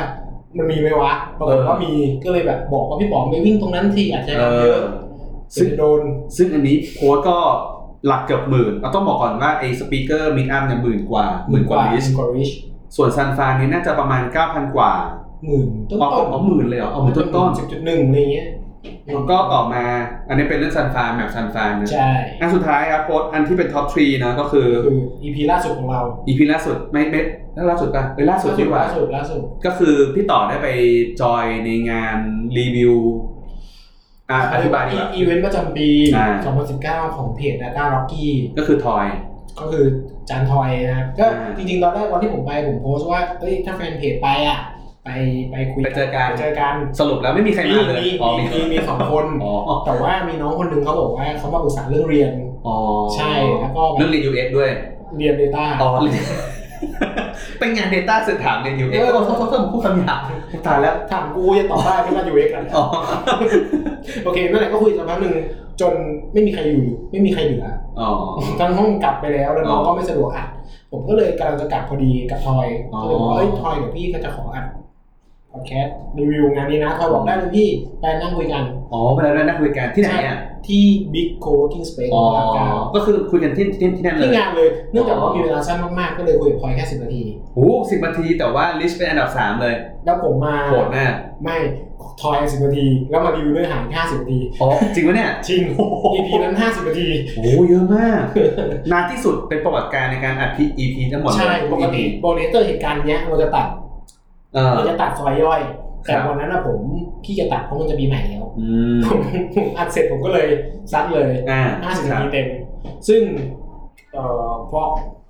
B: มันมีไหมวะปรากฏ
A: เออ
B: ว่ามีก็เลยแบบบอกว่าพี่ป๋องไปวิ่งตรงนั้นที่อาจจะ
A: เอ
B: ทำเย
A: อ
B: อะ
A: ซึ่
B: ซึ่
A: ง
B: งโดน
A: ซึ่งอันนี้โพสต์ก็หลักเกือบหมื่นเราต้องบอกก่อนว่าไอ้สปีกเกอร์มิดอัพเนี่ยหมื่นกว่าหมื่นกว่าลิส
B: หมื่นกว่าริช
A: ส่วนซันฟานนี่น่าจะประมาณ 9,000 กว่า
B: หมื่นต้น
A: อ๋อ
B: ต้น
A: อ๋อหมื่นเลยเหรออ๋อหมื่นต้นต้น
B: สิบจุดหนึ่งอะไรเงี้ย
A: แล้วก็ต่อมา อันนี้เป็นเรื่องซันฟานแบบซันฟานนะ
B: ใช่
A: อันสุดท้ายครับโพสต์อันที่เป็นท็อปทรีนะก็คือ
B: คือ EP ล่าสุดของเรา
A: อีพีล่าสุดไม่ไม่ล่าสุดป่ะเอ้ยล่าสุดดีกว่า
B: ล่าสุดล่าสุด
A: ก็คือพี่ต่อได้ไปจอยในงานรีวิวอ่ะอธิบายดีกว่า
B: อีเวนต์ประจำปี
A: อ่า
B: 2019 ของเพจ Data Rocky
A: ก็คือทอย
B: ก็คือจานทอยนะครับ ก็
A: อ่า
B: จริงๆ ตอนแรกวันที่ผมไปผมโพสต์ว่า เอ้ย ถ้าแฟนเพจไปอ่ะ ไปไปคุย
A: ไปเจอกัน
B: ไปเจอกัน
A: สรุปแล้วไม่มีใคร
B: มี
A: มาเลย
B: มี
A: อ๋อ
B: มีมีมีสองคน
A: อ๋อ
B: แต่ว่ามีน้องคนหนึ่งเขาบอกว่าเขามาปรึกษาเรื่องเรียน
A: อ๋อ
B: ใช่แล้วก็
A: เรื่องเรียน US ด้วย
B: เรียน Data
A: อ๋อเรียน เป็นงาน Data เสร็จถามเรียน US เออเขาเขาพูดคำหยาบตายแล้ว
B: ถามกูจะตอบได้ไหมว่า UX อ่ะ
A: อ๋อ
B: โอเคนั่นแหละก็คุยสักพักหนึ่งจนไม่มีใครอยู่ไม่มีใครเหลือ
A: อ๋อ
B: ทั้งห้องกลับไปแล้วแล้วน้อง
A: อ๋อ
B: ก็ไม่สะดวกอัด ผมก็เลยกำลังจะกลับพอดีกับทอย
A: อ๋อ
B: ก็เลยบอกว่าเอ้ยทอยเดี๋ยวพี่ก็จะขออัดพอดแคสต์รีวิวงานนี้นะทอยบอกได้เลยพี่ไปนั่งคุยกัน
A: อ๋อเวลาเรานั่งคุยกันที่ไหนอ่ะ
B: ที่บิ๊กโคกิ้งสเปซ
A: อ๋อ
B: ลาดพร้าว
A: ก็คือคุยกันที่ที่ที่นั่นเล
B: ที่
A: ย
B: งานเลยเนื่องจากว่ามีเวลาสั้นมากๆ ก็เลยคุยกับทอยแค่สิบนาที
A: โอ้สิบนาทีแต่ว่าลิชเป็นอันดับสามเลย
B: แล้วผมมา
A: โหดแน่
B: ไม่ทอยสิบนาที แล้วมารีวิวเนื้อหาห้าสิบนาที
A: อ๋อจริงปะเนี่ย
B: จริง EP นั้นห้าสิบนาที
A: โอ้เยอะมาก นานที่สุดเป็นประวัติการในการอัดพีอีพีทั้งหมดเลย
B: ใช่ปกติ
A: อี
B: โบเนเตอร์เหตุการณ์เนี้ยเราจะตัด
A: เออ
B: เราจะตัดซอยย่อย แต่
A: ครับ
B: วันนั้นอะผมขี้จะตัดเพราะมันจะมีใหม่ แล้ว
A: อืม
B: ผมผมอัดเสร็จผมก็เลยซัดเลย
A: อ่า
B: 50
A: ค
B: นา
A: รับ
B: ทีเต็ม ซึ่งเอ่อเพราะ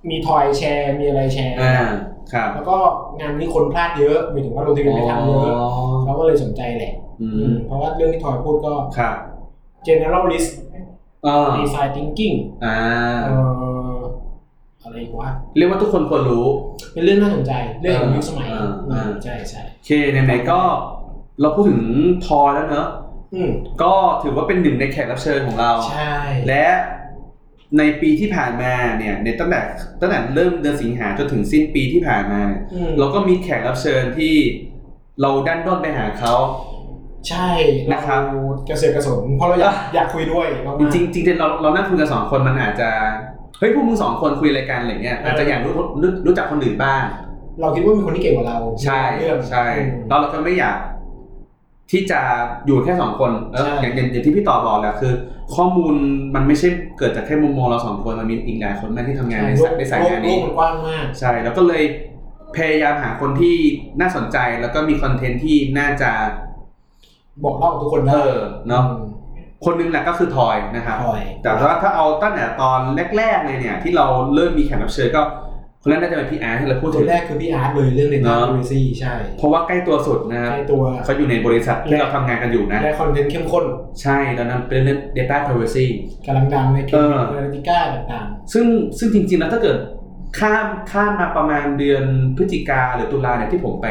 B: มีทอยแชร์ มีอะไรแชร์
A: อ่าครับ
B: แล้วก็งานนี้คนพลาดเยอะหมายถึงว่าลงทะเบียนไม่ทันเยอะเขาก็เลยสนใจแหละ
A: อื
B: อื
A: ม
B: มเพราะว่าเรื่องที่ทอยพูดก็
A: ครับ
B: general list
A: เออ
B: design thinking
A: อ่า
B: เอ่ออะไรอีกวะ
A: เรียกว่าทุกคนควรรู้
B: เป็นเรื่องน่าสนใจเรื่องของยุคสมัย
A: อ่าอ่า
B: อืมใช่ใช่
A: โอเคไหนๆก็เราพูดถึงทอยแล้วเนอะ
B: อืม
A: ก็ถือว่าเป็นหนึ่งในแขกรับเชิญของเรา
B: ใช่
A: และในปีที่ผ่านมาเนี่ยในตั้งแต่ตั้งแต่เริ่มเดือนสิงหาจนถึงสิ้นปีที่ผ่านมาเนี่ย
B: อืม
A: เราก็มีแขกรับเชิญที่เราดันด้นไปหาเขา
B: ใช่
A: นะครับ
B: เาเกษตรกระสนเพราะเราอยากอยากคุยด้วยมากๆ
A: จริงๆจริงๆเราเรานั่งคุยกันสองคนมันอาจจะเฮ้ยพวกมึงสองคนคุยอะไรกันอะไรเงี้ยอาจจะอยากรู้รู้รู้จักคนอื่นบ้าง
B: เราคิดว่ามีคนที่เก่งกว่าเรา
A: ใช่
B: เรื่อง
A: ใช่
B: อืม
A: แล้วเราก็ไม่อยากที่จะอยู่แค่สองคนเออ
B: ใช่
A: อย่างอย่างอย่างที่พี่ต่อบอกแหละคือ ข้อมูลมันไม่ใช่เกิดจากแค่มุมมองเราสองคนมันมีอีกหลายคนมากที่ทำงานในสายในสายงาน
B: โล
A: นี้
B: กมันกว้างมาก
A: ใช่แล้วก็เลยพยายามหาคนที่น่าสนใจแล้วก็มีคอนเทนต์ที่น่าจะ
B: บอกเล่ากับทุกคน
A: เอ
B: ได้
A: อเนาะคนหนึงแหละก็คือทอยนะครับ
B: คอย
A: แต่ว่าถ้าเอาตั้งแต่ตอนแรกๆเลยเนี่ย ที่เราเริ่มมีแขกรับเชิญก็คนแรกน่าจะเป็นพี่อาร์ตที่เราพูด
B: ค
A: ถึ
B: น
A: ง
B: แรกคือพี่อาร์ตเลยเรื่องใน
A: เน
B: ตา
A: อะ
B: ดูซี่ใช่
A: เพราะว่าใกล้ตัวสุดนะครับ
B: ใช่ตัว
A: เขาอยู่ในบริษัทที่
B: และ
A: เราทำงานกันอยู่นะ
B: และคอนเทนต์เข้มข้น
A: ใช่ตอนนั้นเป็นเรื่อง data privacy
B: กำลังดังในคลิป
A: เออ
B: เอลิติก้าต่าง
A: ซึ่งซึ่งจริงๆแล้วถ้าเกิด ข้ามข้ามมาประมาณเดือนพฤศจิกาหรือตุลาเนี่ยที่ผมไป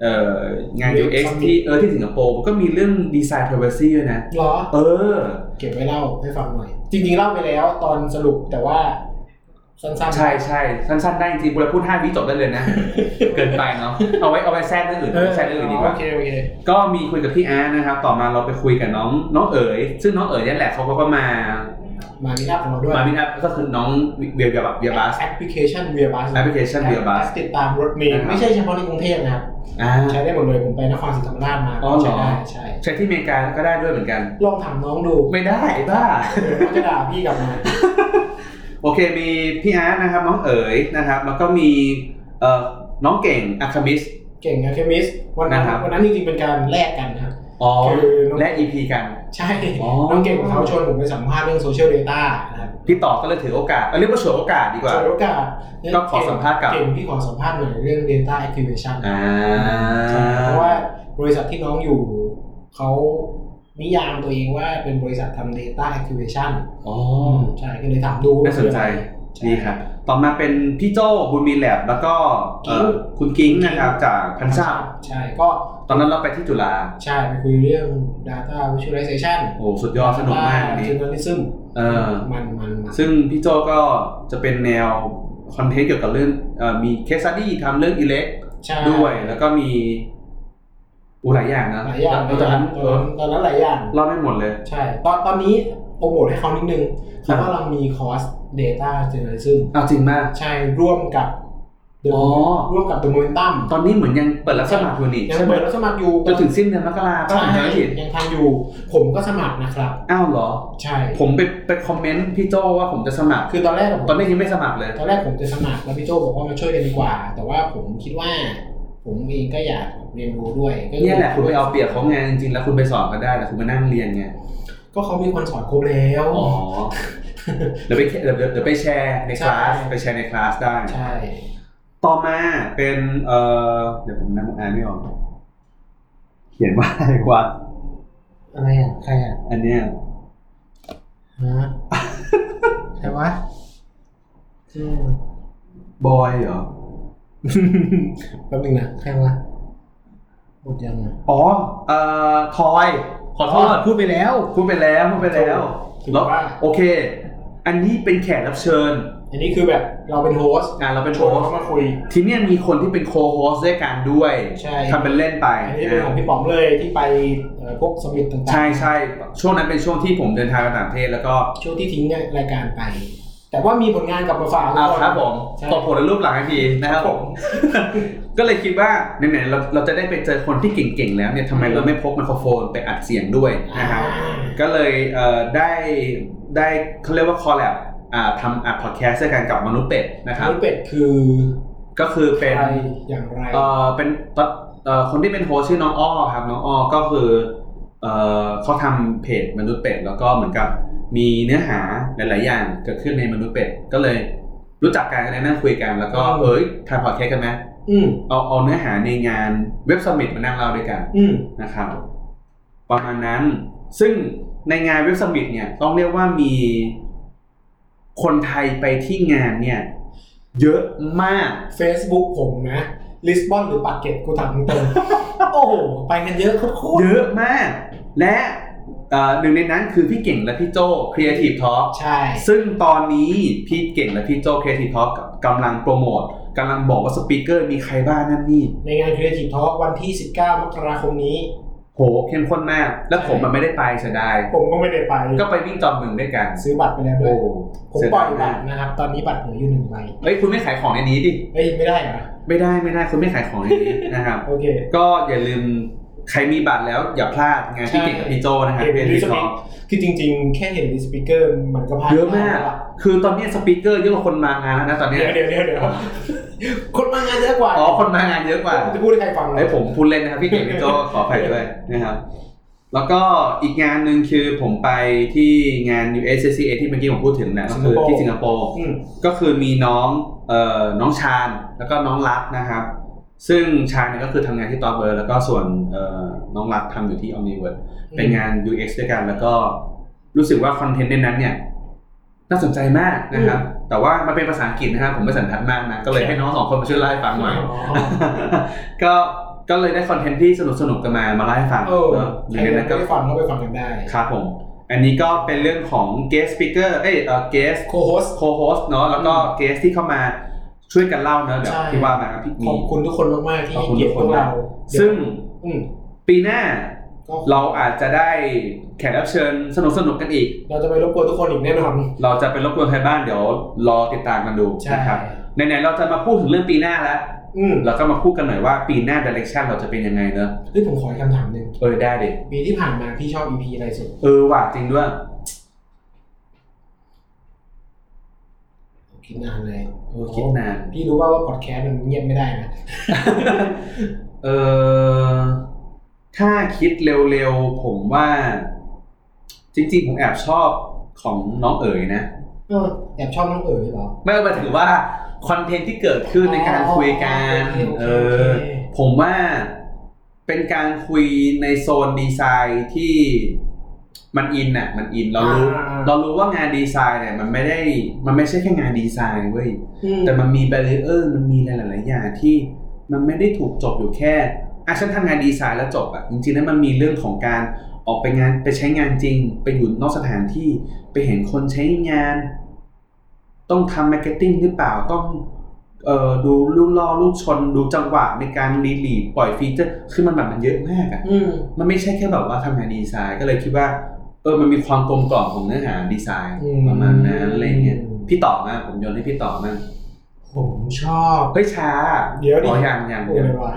A: เอ่องาน UX ที่เออที่สิงคโปร์มันก็มีเรื่องดีไซน์ privacy ด้วยนะ
B: เหรอ
A: เออ
B: เก็บไว้เล่าให้ฟังหน่อย จริง ๆ เล่าไปแล้วตอนสรุปแต่ว่า สั้นๆ
A: ใช่ใช่สั้นๆได้จริงๆบุรพูดห้าวิจบได้เลยนะ เกินไปเนาะเอาไว้เอาไว้แทรกเรื่องอื่น
B: เออ
A: แทรกเรื่องอื่นดีกว่า
B: โอเคโอเค
A: ก็มีคุยกับพี่อาร์ตนะครับ ต่อมาเราไปคุยกับน้องน้องเอ๋ย ซึ่งน้องเอ๋ยเนี่ยแหละเขาก็มา
B: มามินับของเราด้วย
A: มามิทับก็คือน้องเวียเวียบับเวียบัส
B: แอปพลิเคชันเวียบัส
A: แอปพลิเคชันเวียบัส
B: ติดตามรถเมล์
A: นะครับ
B: ไม่ใช่เฉพาะในกรุงเทพนะครับ
A: อ่า
B: ใช้ได้หมดเลยผมไปนครศรีธรรมราชมา
A: อ๋
B: ก็
A: อเหรอ
B: ใช้ได้ใช่
A: ใช้ที่อเมริกาก็ได้ด้วยเหมือนกัน
B: ลองถามน้องดู
A: ไม่ได้ไอ้บ้า
B: เขาจะด่าพี่กลับมา
A: โอเคมีพี่อาร์ตนะครับ น้องเอ๋ยนะครับ แล้วก็มีเอ่อน้องเก่งอะคามิส
B: เก่งอะเคมิสวันนั้น
A: นะครับ
B: วันนั้นจริงๆเป็นการแลกกันนะครับ
A: อ๋อ
B: คือน้อง
A: และ EP กัน
B: ใช่
A: อ๋อ
B: น้องเก่งเขาชวนผมไปสัมภาษณ์เรื่องโซเชียลเดต้านะครับ
A: พี่ต่อก็เลยถือโอกาสเอาเรียกว่าฉวยโอกาสดีกว่า
B: ส่วนโอกาส
A: ก็ขอสัมภาษณ์กับ
B: เก่งพี่ขอสัมภาษณ์หน่อยเรื่อง Data Activation
A: อ่า
B: ใช่เพราะว่าบริษัทที่น้องอยู่เขานิยามตัวเองว่าเป็นบริษัททำ Data Activation
A: อ๋อ
B: ใช่ก็เลยถามดู
A: น่าสนใจ
B: ช่
A: ดีครับ ต่อมาเป็นพี่โจบุญมีแลบแล้วก็เอ่อ
B: กิ๊ง
A: คุณกิ้งนะครับ จากพันชาบ
B: ใช่ก็
A: ตอนนั้นเราไปที่จุฬา
B: ใช่ไปคุยเรื่อง Data Visualization
A: โอ้สุดยอดสนุกมากอันนี้
B: j o u r n a l i s m
A: เออ
B: มันมันมัน
A: ซึ่งพี่โจก็จะเป็นแนวคอนเทนต์เกี่ยวกับเรื่องเออมีเคสตัดดี้ทำเรื่องอิเล็ก
B: ใช่
A: ด้วยแล้วก็มีอูหลายอย่างนะ
B: หลายอย่าง
A: แล้วตอนนั้น
B: ต
A: เอ
B: อน
A: อ
B: นั้นตอนนั้นหลายอย่าง
A: เล่าไม่หมดเลย
B: ใช่ ตอนตอนนี้โปรโมทให้เขานิดนึงเขากำลังมีคอร์ส Data Journalism
A: เอาจริงมาก
B: ใช่ร่วมกับ The
A: อ๋อ
B: Moment- ร่วมกับ The Momentum
A: ตอนนี้เหมือนยังเปิดรับสมัครอยู่นี่
B: ยัง
A: ใช่ไหม
B: เปิดรับสมัครอยู่
A: จนถึงสิ้นเดือนมกราป่ะ
B: ใช่
A: ผมจำไม่ผิด
B: ยังทำอยู่ ผมก็สมัครนะครับ
A: อ้าวเหรอ
B: ใช่
A: ผมไปไปคอมเมนต์พี่โจว่าผมจะสมัคร
B: คือตอนแรกผม
A: ตอนนี้ยังไม่สมัครเลย
B: ตอนแรกผมจะสมัครแล้วพี่โจบอกว่ามาช่วยกันดีกว่า แต่ว่าผมคิดว่า ผมเองก็อยากเรียนรู้ด้วยก็
A: เนี่ยแหละคุณไปเอาเปรียบเขาไงจริงๆแล้วคุณไปสอนก็ได้แต่คุณมานั่งเรียนไง
B: ก็เขามีคนสอนครบแล้ว
A: อ๋อเดี๋ยวไปเดี๋ยวเดี๋ยวไปแชร์ในคลาส
B: ใช่
A: ไปแชร์ในคลาสได้
B: ใช่
A: ต่อมาเป็นเอ่อเดี๋ยวผมนั่งอ่านไม่ออก เขียนว่าอะไรวะ
B: อะไรอ่ะ ใครอ่ะ
A: อันเนี้ย
B: ฮะ ใครวะอืม
A: บอยเหรอ
B: แป๊บนึงนะใครวะหมดยังอ่ะ
A: อ๋อเอ่อทอย ขอโทษ
B: พูดไปแล้ว
A: พูดไปแล้วพูดไปแล้ว
B: ถูก
A: แล้ว
B: ว่า
A: โอเค อันนี้เป็นแขกรับเชิญ
B: อันนี้คือแบบเราเป็นโฮสต์
A: อ่าเราเป็น
B: ช
A: โฮ
B: ว
A: ส
B: นเขา
A: ต์
B: มาคุย
A: ทีเนี้ยมีคนที่เป็นโคโฮสต์ด้วยกันด้วย
B: ใช่
A: ทำเป็นเล่นไป
B: อันนี้เป็นของพี่ป๋อมเลยที่ไปเอ่อพวกสมิธต่างๆ
A: ใช่ใช่ช่วงนั้นเป็นช่วงที่ผมเดินทางไปต่างประเทศแล้วก็
B: ช่วงที่ทิ้งรายการไป แต่ว่ามีผลงานกลับมาฝาก
A: อ่า
B: ทุกน
A: ครับผม
B: ใช่
A: ตบผลในรูปหลังทันทีนะครับผม ก็เลยคิดว่าไหนๆเราเราจะได้ไปเจอคนที่เก่งๆแล้วเนี่ยทำไมเราไม่พกไมโครโฟนไปอัดเสียงด้วย
B: อ่า
A: นะครับก็เลยเอ่อได้ได้เขาเรียกว่าคอลแลบอ่าทำอัดพอดแคสต์ด้วยกันกับมนุษย์เป็ดนะครับ
B: ลูกเป็ดคือ
A: ก็คือเป็น
B: ใครอย่างไร
A: เอ่อเป็นตอนเอ่อคนที่เป็นโฮสต์ชื่อน้องอ้อครับน้องอ้อก็คือเอ่อเขาทำเพจมนุษย์เป็ดแล้วก็เหมือนกับมีเนื้อหาหลาย ๆ อย่างเกิดขึ้นในมนุษย์เป็ดก็เลยรู้จักกันก็เลยนั่งคุยกัน แล้วก็เอ้ยทำพอดแคสต์กันไหม
B: อืม
A: เอาเอาเนื้อหาในงานเว็บสมิตมานั่งเล่าด้วยกัน
B: อืม
A: นะครับ ประมาณนั้น ซึ่งในงานเว็บสมิตเนี่ยต้องเรียกว่ามีคนไทยไปที่งานเนี่ย เยอะมาก
B: เฟซบุ๊กผมนะลิสบอนหรือปากเกร็ตกูถามตรง ๆโอ้โหไปกันเยอะโคตร
A: เยอะมาก และเอ่อหนึ่งในนั้นคือพี่เก่งและพี่โจ Creative Talk
B: ๆใช่
A: ซึ่งตอนนี้พี่เก่งและพี่โจ Creative Talk กำลังโปรโมทกำลังบอกว่าสปีกเกอร์มีใครบ้างนั่นนี่
B: ในงาน Creative Talk วันที่ 19มกราคมนี้
A: โหเข้มข้นมาก แล้วผมมันไม่ได้ไปเสียดาย
B: ผมก็ไม่ได้ไป
A: ก็ไปวิ่งจอมหนึ่งด้วยกัน
B: ซื้อบัตรไปแล้วด้ว
A: โอ้
B: ย ผม
A: เสีย
B: ปล่
A: ดา
B: อย
A: ย
B: บั
A: มา
B: ต
A: ก
B: รนะครับ ตอนนี้บัตรเหลืออยู่หนึ่งใบ
A: เฮ้ยคุณไม่ขายของในนี้ดิ
B: เฮ้ยไม่ได้เหรอ
A: ไม่ได้ไม่ได้คุณไม่ขายของในนี้ นะครับ
B: โอเค
A: ก็อย่าลืมใครมีบัตรแล้วอย่าพลาดงานที่
B: ใช่
A: เก่งกับพี่โจนะครับ
B: เห็น
A: เป็น
B: รี
A: ที่
B: ส
A: ส
B: ปี
A: อกง
B: คือจริงๆ แค่เห็นรีสปีกเกอร์มันก็พลาด
A: เยอะมาก คือตอนนี้สปีกเกอร์เยอะกว่าคนมางานแล้วนะตอนเนี้ย
B: เดี๋ยวเดี๋ยวเดี๋ยวเดี๋ ยวคนมางานเยอะกว่า
A: อ๋อคนมางานเยอะกว่า
B: ผมจะพูดให้ใครฟัง
A: ไอ้ยผมพูดเล่นนะครับพี่เก่ง พี่โจขออภัยด้วยนะครับ แล้วก็อีกงานหนึ่งคือผมไปที่งาน USCCA ที่เมื่อกี้ผมพูดถึงนะก็คือที่สิงคโปร์
B: อืม
A: ก็คือมีน้องเอ่อน้องชาญแล้วก็น้องรักนะครับ ซึ่งชาญเนี่ยก็คือทำงานที่ตอเบอร์ แล้วก็ส่วนเอ่อน้องรักทำอยู่ที่ออมนิเวิร์เป็นงาน UX ด้วยกัน แล้วก็รู้สึกว่าคอนเทนต์ในนั้นเนี่ย น่าสนใจมากนะครับ แต่ว่ามันเป็นภาษาอังกฤษนะครับผมไม่สันทัดมากนะก็เลยให้น้องสองคนมาช่วยเล่าให้ฟังหน่อย ก็ก็เลยได้คอนเทนต์ที่สนุกสนุกๆกันมามาเล่าให้ฟัง
B: เออ
A: เนอะห
B: ใค
A: นึ่ใน
B: รงยัง
A: นั้นก็
B: ไม่ได้ฟังก็ไปฟังกันได้
A: ครับผม อันนี้ก็เป็นเรื่องของ guest speaker เอ้ยเอ่อ guest
B: โคโฮส
A: co-host เนาะแล้วก็ guest ที่เข้ามาช่วยกันเล่าเนอะเดี๋ยว
B: ใช่
A: ที่ว่ามาครับพี่มี
B: ขอบคุณทุกคนมากๆที่
A: ขอบคุณ
B: เกียร
A: ทุกค
B: ติพ
A: น
B: วกเรา
A: ซึ่ง
B: อืม
A: ปีหน้า
B: ก็
A: เราอาจจะได้แขกรับเชิญสนุกสนุกๆกันอีก
B: เราจะไปรบกวนทุกคนอีกแน่นอน
A: เราจะไปรบกวนใครบ้างเดี๋ยวรอติดตามกันดู
B: ใช่
A: นะครับไหนๆเราจะมาพูดถึงเรื่องปีหน้าแล้ว
B: อืม
A: เราก็มาพูดกันหน่อยว่าปีหน้า direction เราจะเป็นยังไงเนอะ
B: เฮ้ยผมขออีกคำถามหนึ่ง
A: เออได้ดิ
B: ปีที่ผ่านมาพี่ชอบ EP อะไรสุด
A: เออว่ะจริงด้วย
B: ผมคิดนานเลย
A: เออคิดนาน
B: พี่รู้ว่าว่าพอดแคสต์มันเงียบไม่ได้นะ
A: เออถ้าคิดเร็วๆ ผมว่า จริงๆ ผมแอบชอบของน้องเอ๋ยนะ
B: เออแอบชอบน้องเอ๋ยเหรอ
A: ไม่ว่าถือว่า คอนเทนต์ที่เกิดขึ้นในการคุยกัน
B: อ๋อโอเคโอเค
A: เออ
B: โอเค
A: ผมว่าเป็นการคุยในโซนดีไซน์ที่มันอินน่ะ มันอินเรารู้
B: อ่อ่
A: เรารู้ว่างานดีไซน์เนี่ยมันไม่ได้มันไม่ใช่แค่งานดีไซน์เว้ย
B: อืม
A: แต่มันมีแบร r เออร์มันมีหลาย ๆ อย่างที่มันไม่ได้ถูกจบอยู่แค่อ่ะฉันทำงานดีไซน์แล้วจบอ่ะจริง ๆ แล้วมันมีเรื่องของการออกไปงานไปใช้งานจริง ไปอยู่นอกสถานที่ไปเห็นคนใช้งาน ต้องทำมาร์เก็ตติ้งหรือเปล่าต้องเอ่อดูลูกล่อลูกชนดูจังหวะในการรีลีดปล่อยฟีเจอร์คือมันแบบมันเยอะมากอ่ะ
B: อืม
A: มันไม่ใช่แค่แบบว่าทำงานดีไซน์ก็เลยคิดว่าเออมันมีความกลมกล่อมของเนื้อหาดีไซน์
B: อืม
A: ประมาณนั้นอะไรเงี้ยพี่ต่อมากผมโยนให้พี่ต่อมาก
B: ผมชอบ
A: เฮ้ยช้า
B: เดี๋ยวดิ
A: อ๋อยังยัง
B: โอ้ยวะ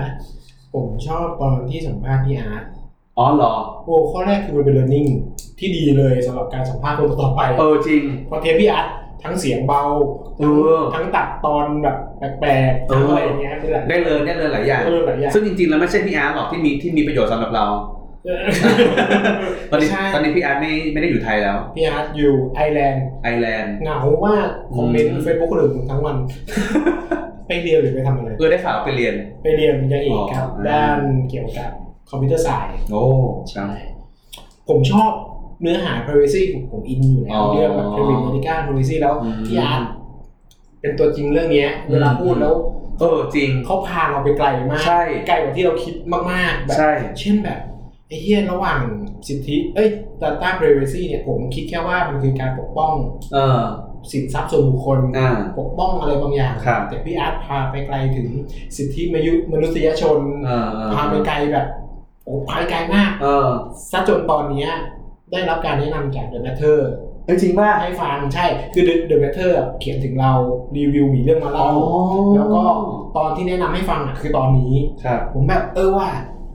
B: ผมชอบตอนที่สัมภาษณ์พี่อาร์ต
A: อ๋อเหรอ
B: โอ้ข้อแรกคือมันเป็น learning ที่ดีเลยสำหรับการสัมภาษณ์คนต่อๆไป
A: เออจริง
B: เพอเทปพี่อาร์ตทั้งเสียงเบาทั้ง
A: เออ
B: ทั้งตัดตอนแบบแปลกๆทั้ง
A: เอออ
B: อะไรอย่างเงี้ยนี่แหละ
A: ได้เลยได้เลยหลายอย่าง
B: เออหลายอย่าง
A: ซึ่งจริงๆแล้วไม่ใช่พี่อาร์ตหรอกที่มีที่มีประโยชน์สำหรับเรา
B: เออ
A: ตอนนี้
B: ใช่
A: ตอนนี้พี่อาร์ตไม่ไม่ได้อยู่ไทยแล้ว
B: พี่อาร์ตอยู่ไอร์แลนด์
A: ไอร์แลนด์
B: เหงามากคอมเมน
A: อื
B: ต์
A: ม
B: เฟซบุ๊กคนอื่นทั้ งวัน ไปเรียนหรือไปทำอะไร
A: เออได้ข่าวไปเรียน
B: ไปเรียนยาเอกครับ
A: อ๋อ
B: ด้านเกี่ยวกับคอมพิวเตอร์ไซส์
A: โอ้ครับ
B: ผมชอบเนื้อหา privacy ผมผมอินอยู่แล้
A: อ๋
B: ว
A: อ
B: เรื่องแบบ private medica privacy แล้ว
A: อืม
B: พี่อาร์ตเป็นตัวจริงเรื่องเนี้ย
A: อืม
B: เวลาพูดแล้ว
A: เออจริง
B: เขาพาเราไปไกลมาก
A: ใช่
B: ไกลกว่าที่เราคิดมากๆแบบ
A: ใช่
B: เช่นแบบไอ้เหี้ยระหว่างสิทธิ เอ้ย data privacy เนี่ยผมคิดแค่ว่ามันคือการปกป้อง
A: เออ
B: สินทรัพย์ส่วนบุคคล
A: อ่า
B: ปกป้องอะไรบางอย่าง
A: ครับ
B: แต่พี่อาร์ตพาไปไกลถึงสิทธิมยุมนุษยชน
A: เออเออ
B: พาไปไกลแบบโอ้ไปไกลมาก
A: เออ
B: ซะจนตอนเนี้ยได้รับการแนะนำจาก The Matter
A: เอ้ยจริงป่ะ
B: ให้ฟังใช่คือ The The Matter อะเขียนถึงเรารีวิวมีเรื่องมาเล่าแล้วก็ตอนที่แนะนำให้ฟังอ่ะคือตอนนี้
A: ครับ
B: ผมแบบเออว่า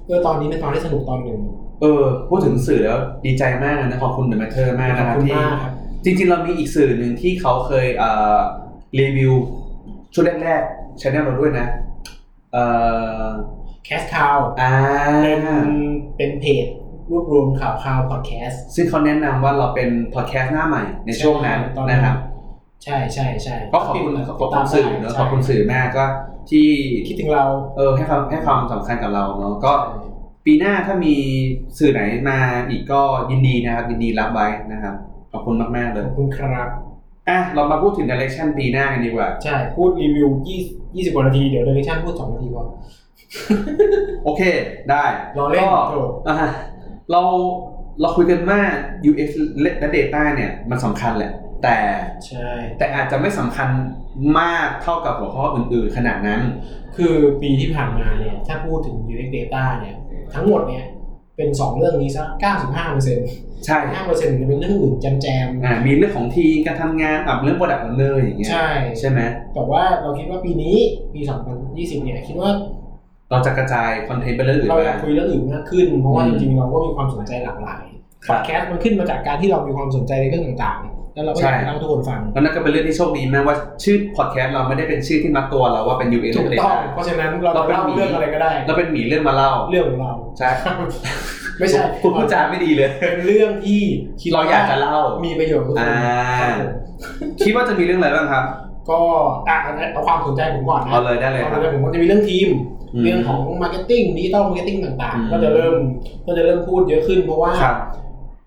B: เออตอนนี้เป็นตอนที่สนุกตอนหนึ่ง
A: เออ พูดถึงสื่อแล้วดีใจมากเลยนะขอบคุณเดอะแมทเทอร์มาก
B: ขอ
A: นะ
B: บ
A: ครับ
B: คุณ
A: ที่
B: มากครับ
A: จริงๆ เรามีอีกสื่อหนึ่งที่เขาเคยเอ่อรีวิวชุดแรกๆชแนลเราด้วยนะเอ่อ
B: Cast Cow
A: อ่า
B: เป็นเป็นเพจรวบรวมข่าวข่าวพอดแคสต์
A: ซึ่งเขาแนะนำว่าเราเป็นพอดแคสต์หน้าใหม่ในช่วงนั้น
B: ตอน
A: นะครับ
B: ใช่ใช่ใช่
A: ก็ขอบคุณขอบ
B: ติด
A: คุ
B: ตา
A: ณ
B: ม
A: สื่อ
B: ได้
A: เนอะ
B: ใช่
A: ขอบคุณสื่อมากก็ที่
B: คิดถึงเรา
A: เออให้ความให้ความสำคัญกับเราเนาะก็ปีหน้าถ้ามีสื่อไหนมาอีกก็ยินดีนะครับ ยินดีรับไว้นะครับ ขอบคุณมากๆเล
B: ข
A: ย
B: อบคุณครับ
A: อ่ะเรามาพูดถึง direction ปีหน้ากันดีกว่า
B: ใช่ พูดรีวิว20 20กว่านาที เดี๋ยวเดเรชั่นพูด2นาทีพอ
A: โอเค ได้
B: เราเล่น
A: ก็
B: โจทย์
A: อ่ะเราเราคุยกันว่า UX และ Data เนี่ยมันสำคัญแหละ แต่
B: ใช่
A: แต่อาจจะไม่สำคัญมากเท่ากับหัวข้ออื่นๆ ขนาดนั้น
B: คือปีที่ผ่านมาเนี่ย ถ้าพูดถึง UX Data เนี่ย ทั้งหมดเนี่ย เป็น 2 เรื่องนี้ซะ 95เปอร์เซ็นต์
A: ใช่
B: 5เปอร์เซ็นต์จะเป็นเรื่องอื่นจำแจม
A: อ่ะมีเรื่องของทีมการทำงานอ่ะเรื่อง Product Owner อย่างเงี้ย
B: ใช่
A: ใช่ไหม
B: แต่ว่าเราคิดว่าปีนี้ ปี 2020 เนี่ย คิดว่า
A: เราจะกระจายคอนเทนต์ไปเรื่องอื่น
B: เราอยา
A: บ้าก ง
B: คุยเรื่องอื่นมากขึ้น เพราะว่า
A: อืม
B: จริงๆ เราก็มีความสนใจหลากหลาย
A: ค
B: พอ
A: รั
B: ด
A: บ
B: แคสต์มันขึ้นมาจากการที่เรามีความสนใจในเรื่องต่างๆ แล้วเราก็อยาก
A: ใช่
B: เล่าให้ทุกคนฟัง
A: แล้วนั่นก็เป็นเรื่องที่โชคดีมากว่าชื่อพอดแคสต์เราไม่ได้เป็นชื่อที่มัดตัวเราว่าเป็น UX
B: ถูก
A: และ
B: ต้อง
A: Data
B: เพราะฉะนั้นเราจะเล่าเรื่องอะไรก็ได้
A: เราเป็นหมีเรื่องมาเล่า
B: เรื่องของเรา
A: ใช่
B: ไม่ใช่
A: คุณพูดจาไม่ดีเลย
B: เป็นเรื่องที่คิด
A: เราอยากจะเล่า
B: มีประโยชน์ทุกคน
A: อ่า
B: ครับผม
A: คิดว่าจะมีเรื่องอะไรบ้างครับ
B: ก็อ่ะเอาความสนใจผมก่อนนะ
A: เอาเลยได้เลยคว
B: คา
A: รั
B: ม
A: บ
B: สนใจผมก็จะมีเรื่องทีม
A: อืม
B: เรื่องของมาร์เก็ตติ้งดิจิตอลมาร์เก็ตติ้งต่าง
A: อืม
B: ๆ ก็จะเริ่มก็จะเริ่มพูดเยอะขึ้นเพราะว่า
A: ครับ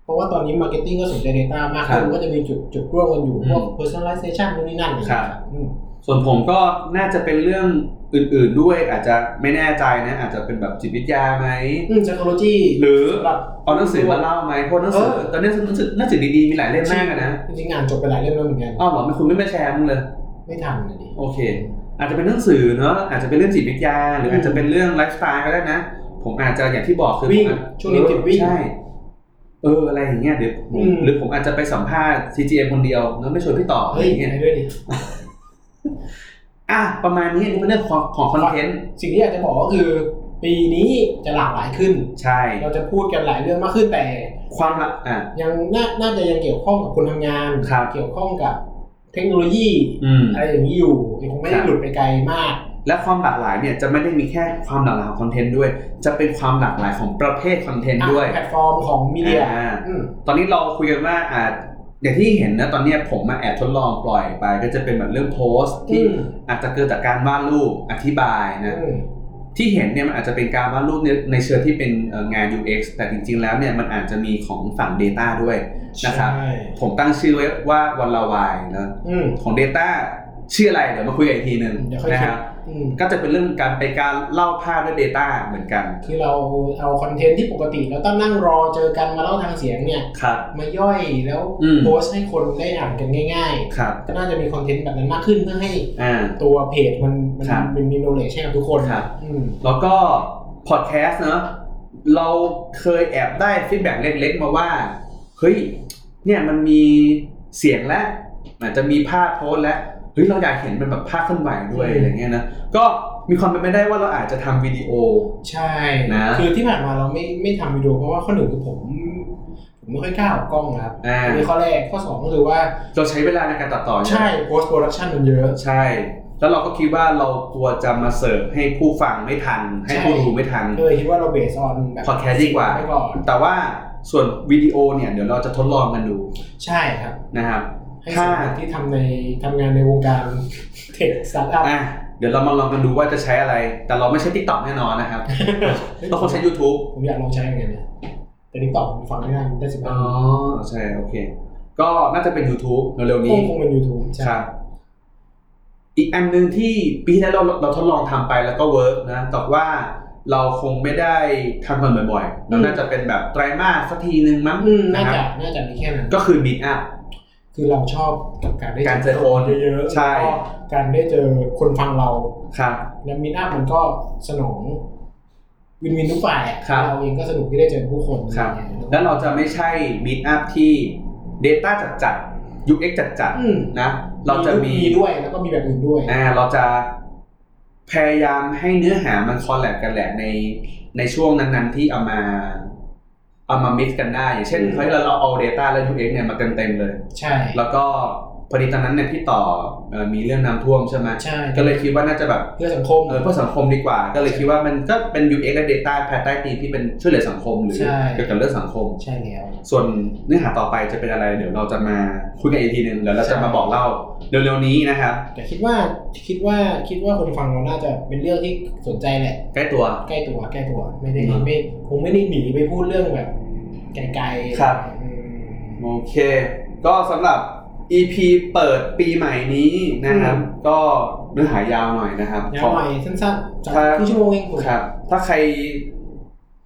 B: ราะว่าตอนนี้มาร์เก็ตติ้งก็สนใจ Data มากขึ้
A: ครั
B: น
A: บ
B: ก็จะมีจุดจุดร่วมกันอยู่
A: อืม
B: พวก personalization นู่นนี่นั่น
A: ครับ
B: อืม
A: ส่วนผมก็น่าจะเป็นเรื่องอื่นๆด้วยอาจจะไม่แน่ใจนะ อาจจะเป็นแบบจิตวิทยาไหม
B: อืม psychology
A: หรือ
B: สำหรับ
A: เอาหนังสือมาเล่าไหมเพราะหนังสือ
B: เออ
A: ตอนนี้หนังสือหนังสือดีๆมีหลายเล่มมากอะนะ
B: จริงๆงานจบไปหลายเล่มแล้วเหมือนกัน
A: อ้าวเหรอไม่คุณไม่มาแชร์มึงเลย
B: ไม่ทันนะดิ
A: โอเค อาจจะเป็นเรื่องสื่อเนอะอาจจะเป็นเรื่องจิตวิทยา หรืออาจจะเป็นเรื่องไลฟ์สไตล์ก็ได้นะ ผมอาจจะอย่างที่บอกคือ
B: วิ่ง
A: ผมอาจ
B: ช่วงนี้ติดวิ่ง
A: ใช่ เอออะไรอย่างเงี้ยเดี๋ยวผม
B: อืม
A: หรือผมอาจจะไปสัมภาษณ์ CGM คนเดียวแล้วไม่ชวนพี่ต่ออะไร
B: เฮ้ย
A: อย่างเงี้ย
B: ไปด้วยดิ
A: อ่ะประมาณนี้อันนี่เป็นเรื่องของของคอนเทนต์
B: สิ่งที่อยากจะบอกก็คือ ปีนี้จะหลากหลายขึ้น
A: ใช่
B: เราจะพูดกันหลายเรื่องมากขึ้นแต่
A: ความละอ่ะ
B: ยังน่าน่าจะยังเกี่ยวข้องกับคนทำงาน
A: ครับ
B: เกี่ยวข้องกับเทคโนโลยี
A: อืม
B: อะไรอย่างนี้อยู่ยังคงไม่ได้
A: ครับ
B: หลุดไปไกลมาก
A: และความหลากหลายเนี่ยจะไม่ได้มีแค่ความหลากหลายของคอนเทนต์ด้วย จะเป็นความหลากหลายของประเภทคอนเทนต์ด้วย
B: อ่ะแพลตฟอร์มของมีเดีย
A: อ่า
B: อืม
A: ตอนนี้เราคุยกันว่าอ่าอย่างที่เห็นนะตอนเนี้ยผมมาแอบทดลองปล่อยไป ก็จะเป็นแบบเรื่องโพสต์ที่
B: อืม
A: อาจจะเกิดจากการวาดรูปอธิบายนะ
B: อืม
A: ที่เห็นเนี่ยมันอาจจะเป็นการวาดรูปในในเชิงที่เป็นเอ่องาน UX แต่จริง ๆ แล้วเนี่ยมันอาจจะมีของฝั่ง Data ด้วย นะครับ
B: ใช่
A: ผมตั้งชื่อไว้ว่าวันละวายนะ
B: อืม
A: ของ Data ชื่ออะไรเดี๋ยวมาคุยกันอีกทีหนึ่ง
B: เดี๋ยวค่อยคิด
A: นะครับ
B: อืม
A: ก็จะเป็นเรื่องการไปการเล่าภาพด้วย Data เหมือนกัน
B: คือเราเอาคอนเทนต์ที่ปกติแล้วต้องนั่งรอเจอกันมาเล่าทางเสียงเนี่ย
A: ครับ
B: มาย่อยแล้ว
A: อืม
B: โพสต์ให้คนได้อ่านกันง่าย
A: ครับ
B: ๆ ก็น่าจะมีคอนเทนต์แบบนั้นมากขึ้นเพื่อให้
A: อ่า
B: ตัวเพจมันมัน
A: ครับ
B: เป็นมีโนเลจให้กับทุกคน
A: ครับ
B: อืม
A: แล้วก็พอดแคสต์เนอะเราเคยแอบได้ฟีดแบ็กเล็กๆ มาว่า เฮ้ยเนี่ยมันมีเสียงและอาจจะมีภาพโพสต์และเฮ้ยเราอยากเห็นเป็นแบบภาพเคลื่อนไหวด้วย
B: อืม
A: อะไรเงี้ยนะก็มีความเป็นไปได้ว่าเราอาจจะทำวิดีโอ
B: ใช่
A: นะ
B: คือที่ผ่านมาเราไม่ไม่ทำวิดีโอเพราะว่าข้อหนึ่งคือผม ผมไม่ค่อยกล้าออกกล้องครับ
A: อ่า
B: อันนี้ข้อแรกข้อสองก็คือว่า
A: เราใช้เวลาในการตัดต่อเยอะ
B: ใช่โพสต์โปรดักชันมันเยอะ
A: ใช่ แล้วเราก็คิดว่าเรากลัวจะมาเสิร์ฟให้ผู้ฟังไม่ทัน ให้ผู้ดูไม่ทัน
B: ก็เลยคิดว่าเราเบสออนแบบ
A: พอดแคสต์ดีกว่า
B: ไปก่อน
A: แต่ว่าส่วนวิดีโอเนี่ยเดี๋ยวเราจะทดลองกันดู
B: ใช่ครับ
A: นะครับ
B: ให้
A: ถ้า
B: สำหรับที่ทำในทำงานในวงการเทคสตาร์ทอัพ
A: อ่ะเดี๋ยวเรามาลองกันดูว่าจะใช้อะไร แต่เราไม่ใช้ TikTok แน่นอนนะครับ เราคงใช้ YouTube
B: ผมอยากลองใช้เหมือนกันนะแต่ทิกตอกผมฟังไม่ได้ได้สิบ
A: อ๋
B: ห้า
A: อ ใช่ โอเค ก็น่าจะเป็น YouTube เร็วๆ
B: ค
A: นี้
B: งคงเป็น YouTube ใช่
A: ครับ อีกอันหนึ่งที่ปีที่แล้วเราเราทดลองทำไปแล้วก็เวิร์กนะ แต่ว่าเราคงไม่ได้ทำกันบ่อยๆ เราน่าจะเป็นแบบไตรมาสสักทีนึงมั้ง
B: อืมน่า
A: ค
B: จะ
A: รับ
B: น่าจะมีแค่นั้น
A: ก็คือ Meet Up
B: คือเราชอบกับการได้
A: การเจอคน
B: เยอะๆ
A: ใช่
B: แล้วก็การได้เจอคนฟังเรา
A: ครับ
B: แล้วมินอัพมันก็สนองวินวินทุกฝ่ายอะ
A: ครับ
B: เราเองก็สนุกที่ได้เจอผู้คน
A: ครับ
B: อะไอย่งงี้ย
A: แล้วเราจะไม่ใช่ Meet Up ที่ Data จัดจัดๆ UX จัดจัด
B: อืม
A: ๆนะ เราจะมี
B: ด้วยแล้วก็มีแบบอื่นด้วย
A: อ่าเราจะพยายามให้เนื้อหามันคอลแลบกันแหละในในช่วงนั้นๆที่เอามาเอามามิกกันได้ อย่างเช่นเฮ้ยเราเราเอา Data และ UX เนี่ยมาเต็มๆเลย
B: ใช่
A: แล้วก็พอดีตอนนั้นเนี่ยพี่ต่อเอ่อมีเรื่องน้ำท่วมใช่ไหม
B: ใช่
A: ก็เลยคิดว่าน่าจะแบบ
B: เพื่อสังคม
A: เออเพื่อสังคมดีกว่า ก็เลยคิดว่ามันก็เป็น UX และ Data ภายใต้ธีมที่เป็นช่วยเหลือสังคมหรือ
B: ใช่
A: เกี่ยวกับเรื่องสังคม
B: ใช่แล้ว
A: ส่วนเนื้อหาต่อไปจะเป็นอะไรเดี๋ยวเราจะมาคุยกันอีกทีหนึ่งเดี๋ยวเราจะมาบอกเล่าเร็วๆนี้นะครับ
B: แต่คิดว่าคิดว่าคิดว่าคนฟังเราน่าจะเป็นเรื่องที่สนใจแหละ
A: ใกล้ตัว
B: ใกล้ตัวใกล้ตัว ไม่ได้
A: อืม
B: ไม่คงไม่ได้หนีไปพูดเรื่องแบบไกลๆ
A: ครับ
B: อืม
A: โอเค ก็สำหรับ EP เปิดปีใหม่นี้นะครับ
B: อืม
A: ก็เนื้อหายาวหน่อยนะครับ
B: ยา
A: ข
B: ว
A: อ
B: หน่อยสั้นๆจาก
A: ครับ
B: ที่ชั่วโมงเองผม
A: ครับ ถ้าใคร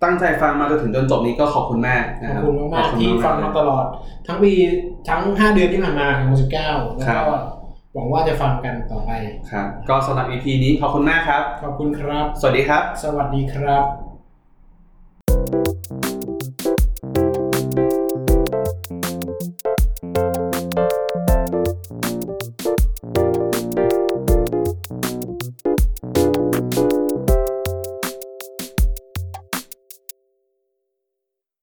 A: ตั้งใจฟังมาจนถึงจนจบนี้ก็ขอบคุณมาก
B: ข
A: นะครั
B: อบ
A: บ
B: คุณมากๆที่ฟังมาตลอด ทั้งปีทั้ง 5 เดือนที่ผ่านมาของ19แล้วก็หวังว่าจะฟังกันต่อไป
A: ครับ ก็สำหรับ EP นี้ขอบคุณมากครับ
B: ขอบคุณครับ
A: สวัสดีครับ
B: สวัสดีครับ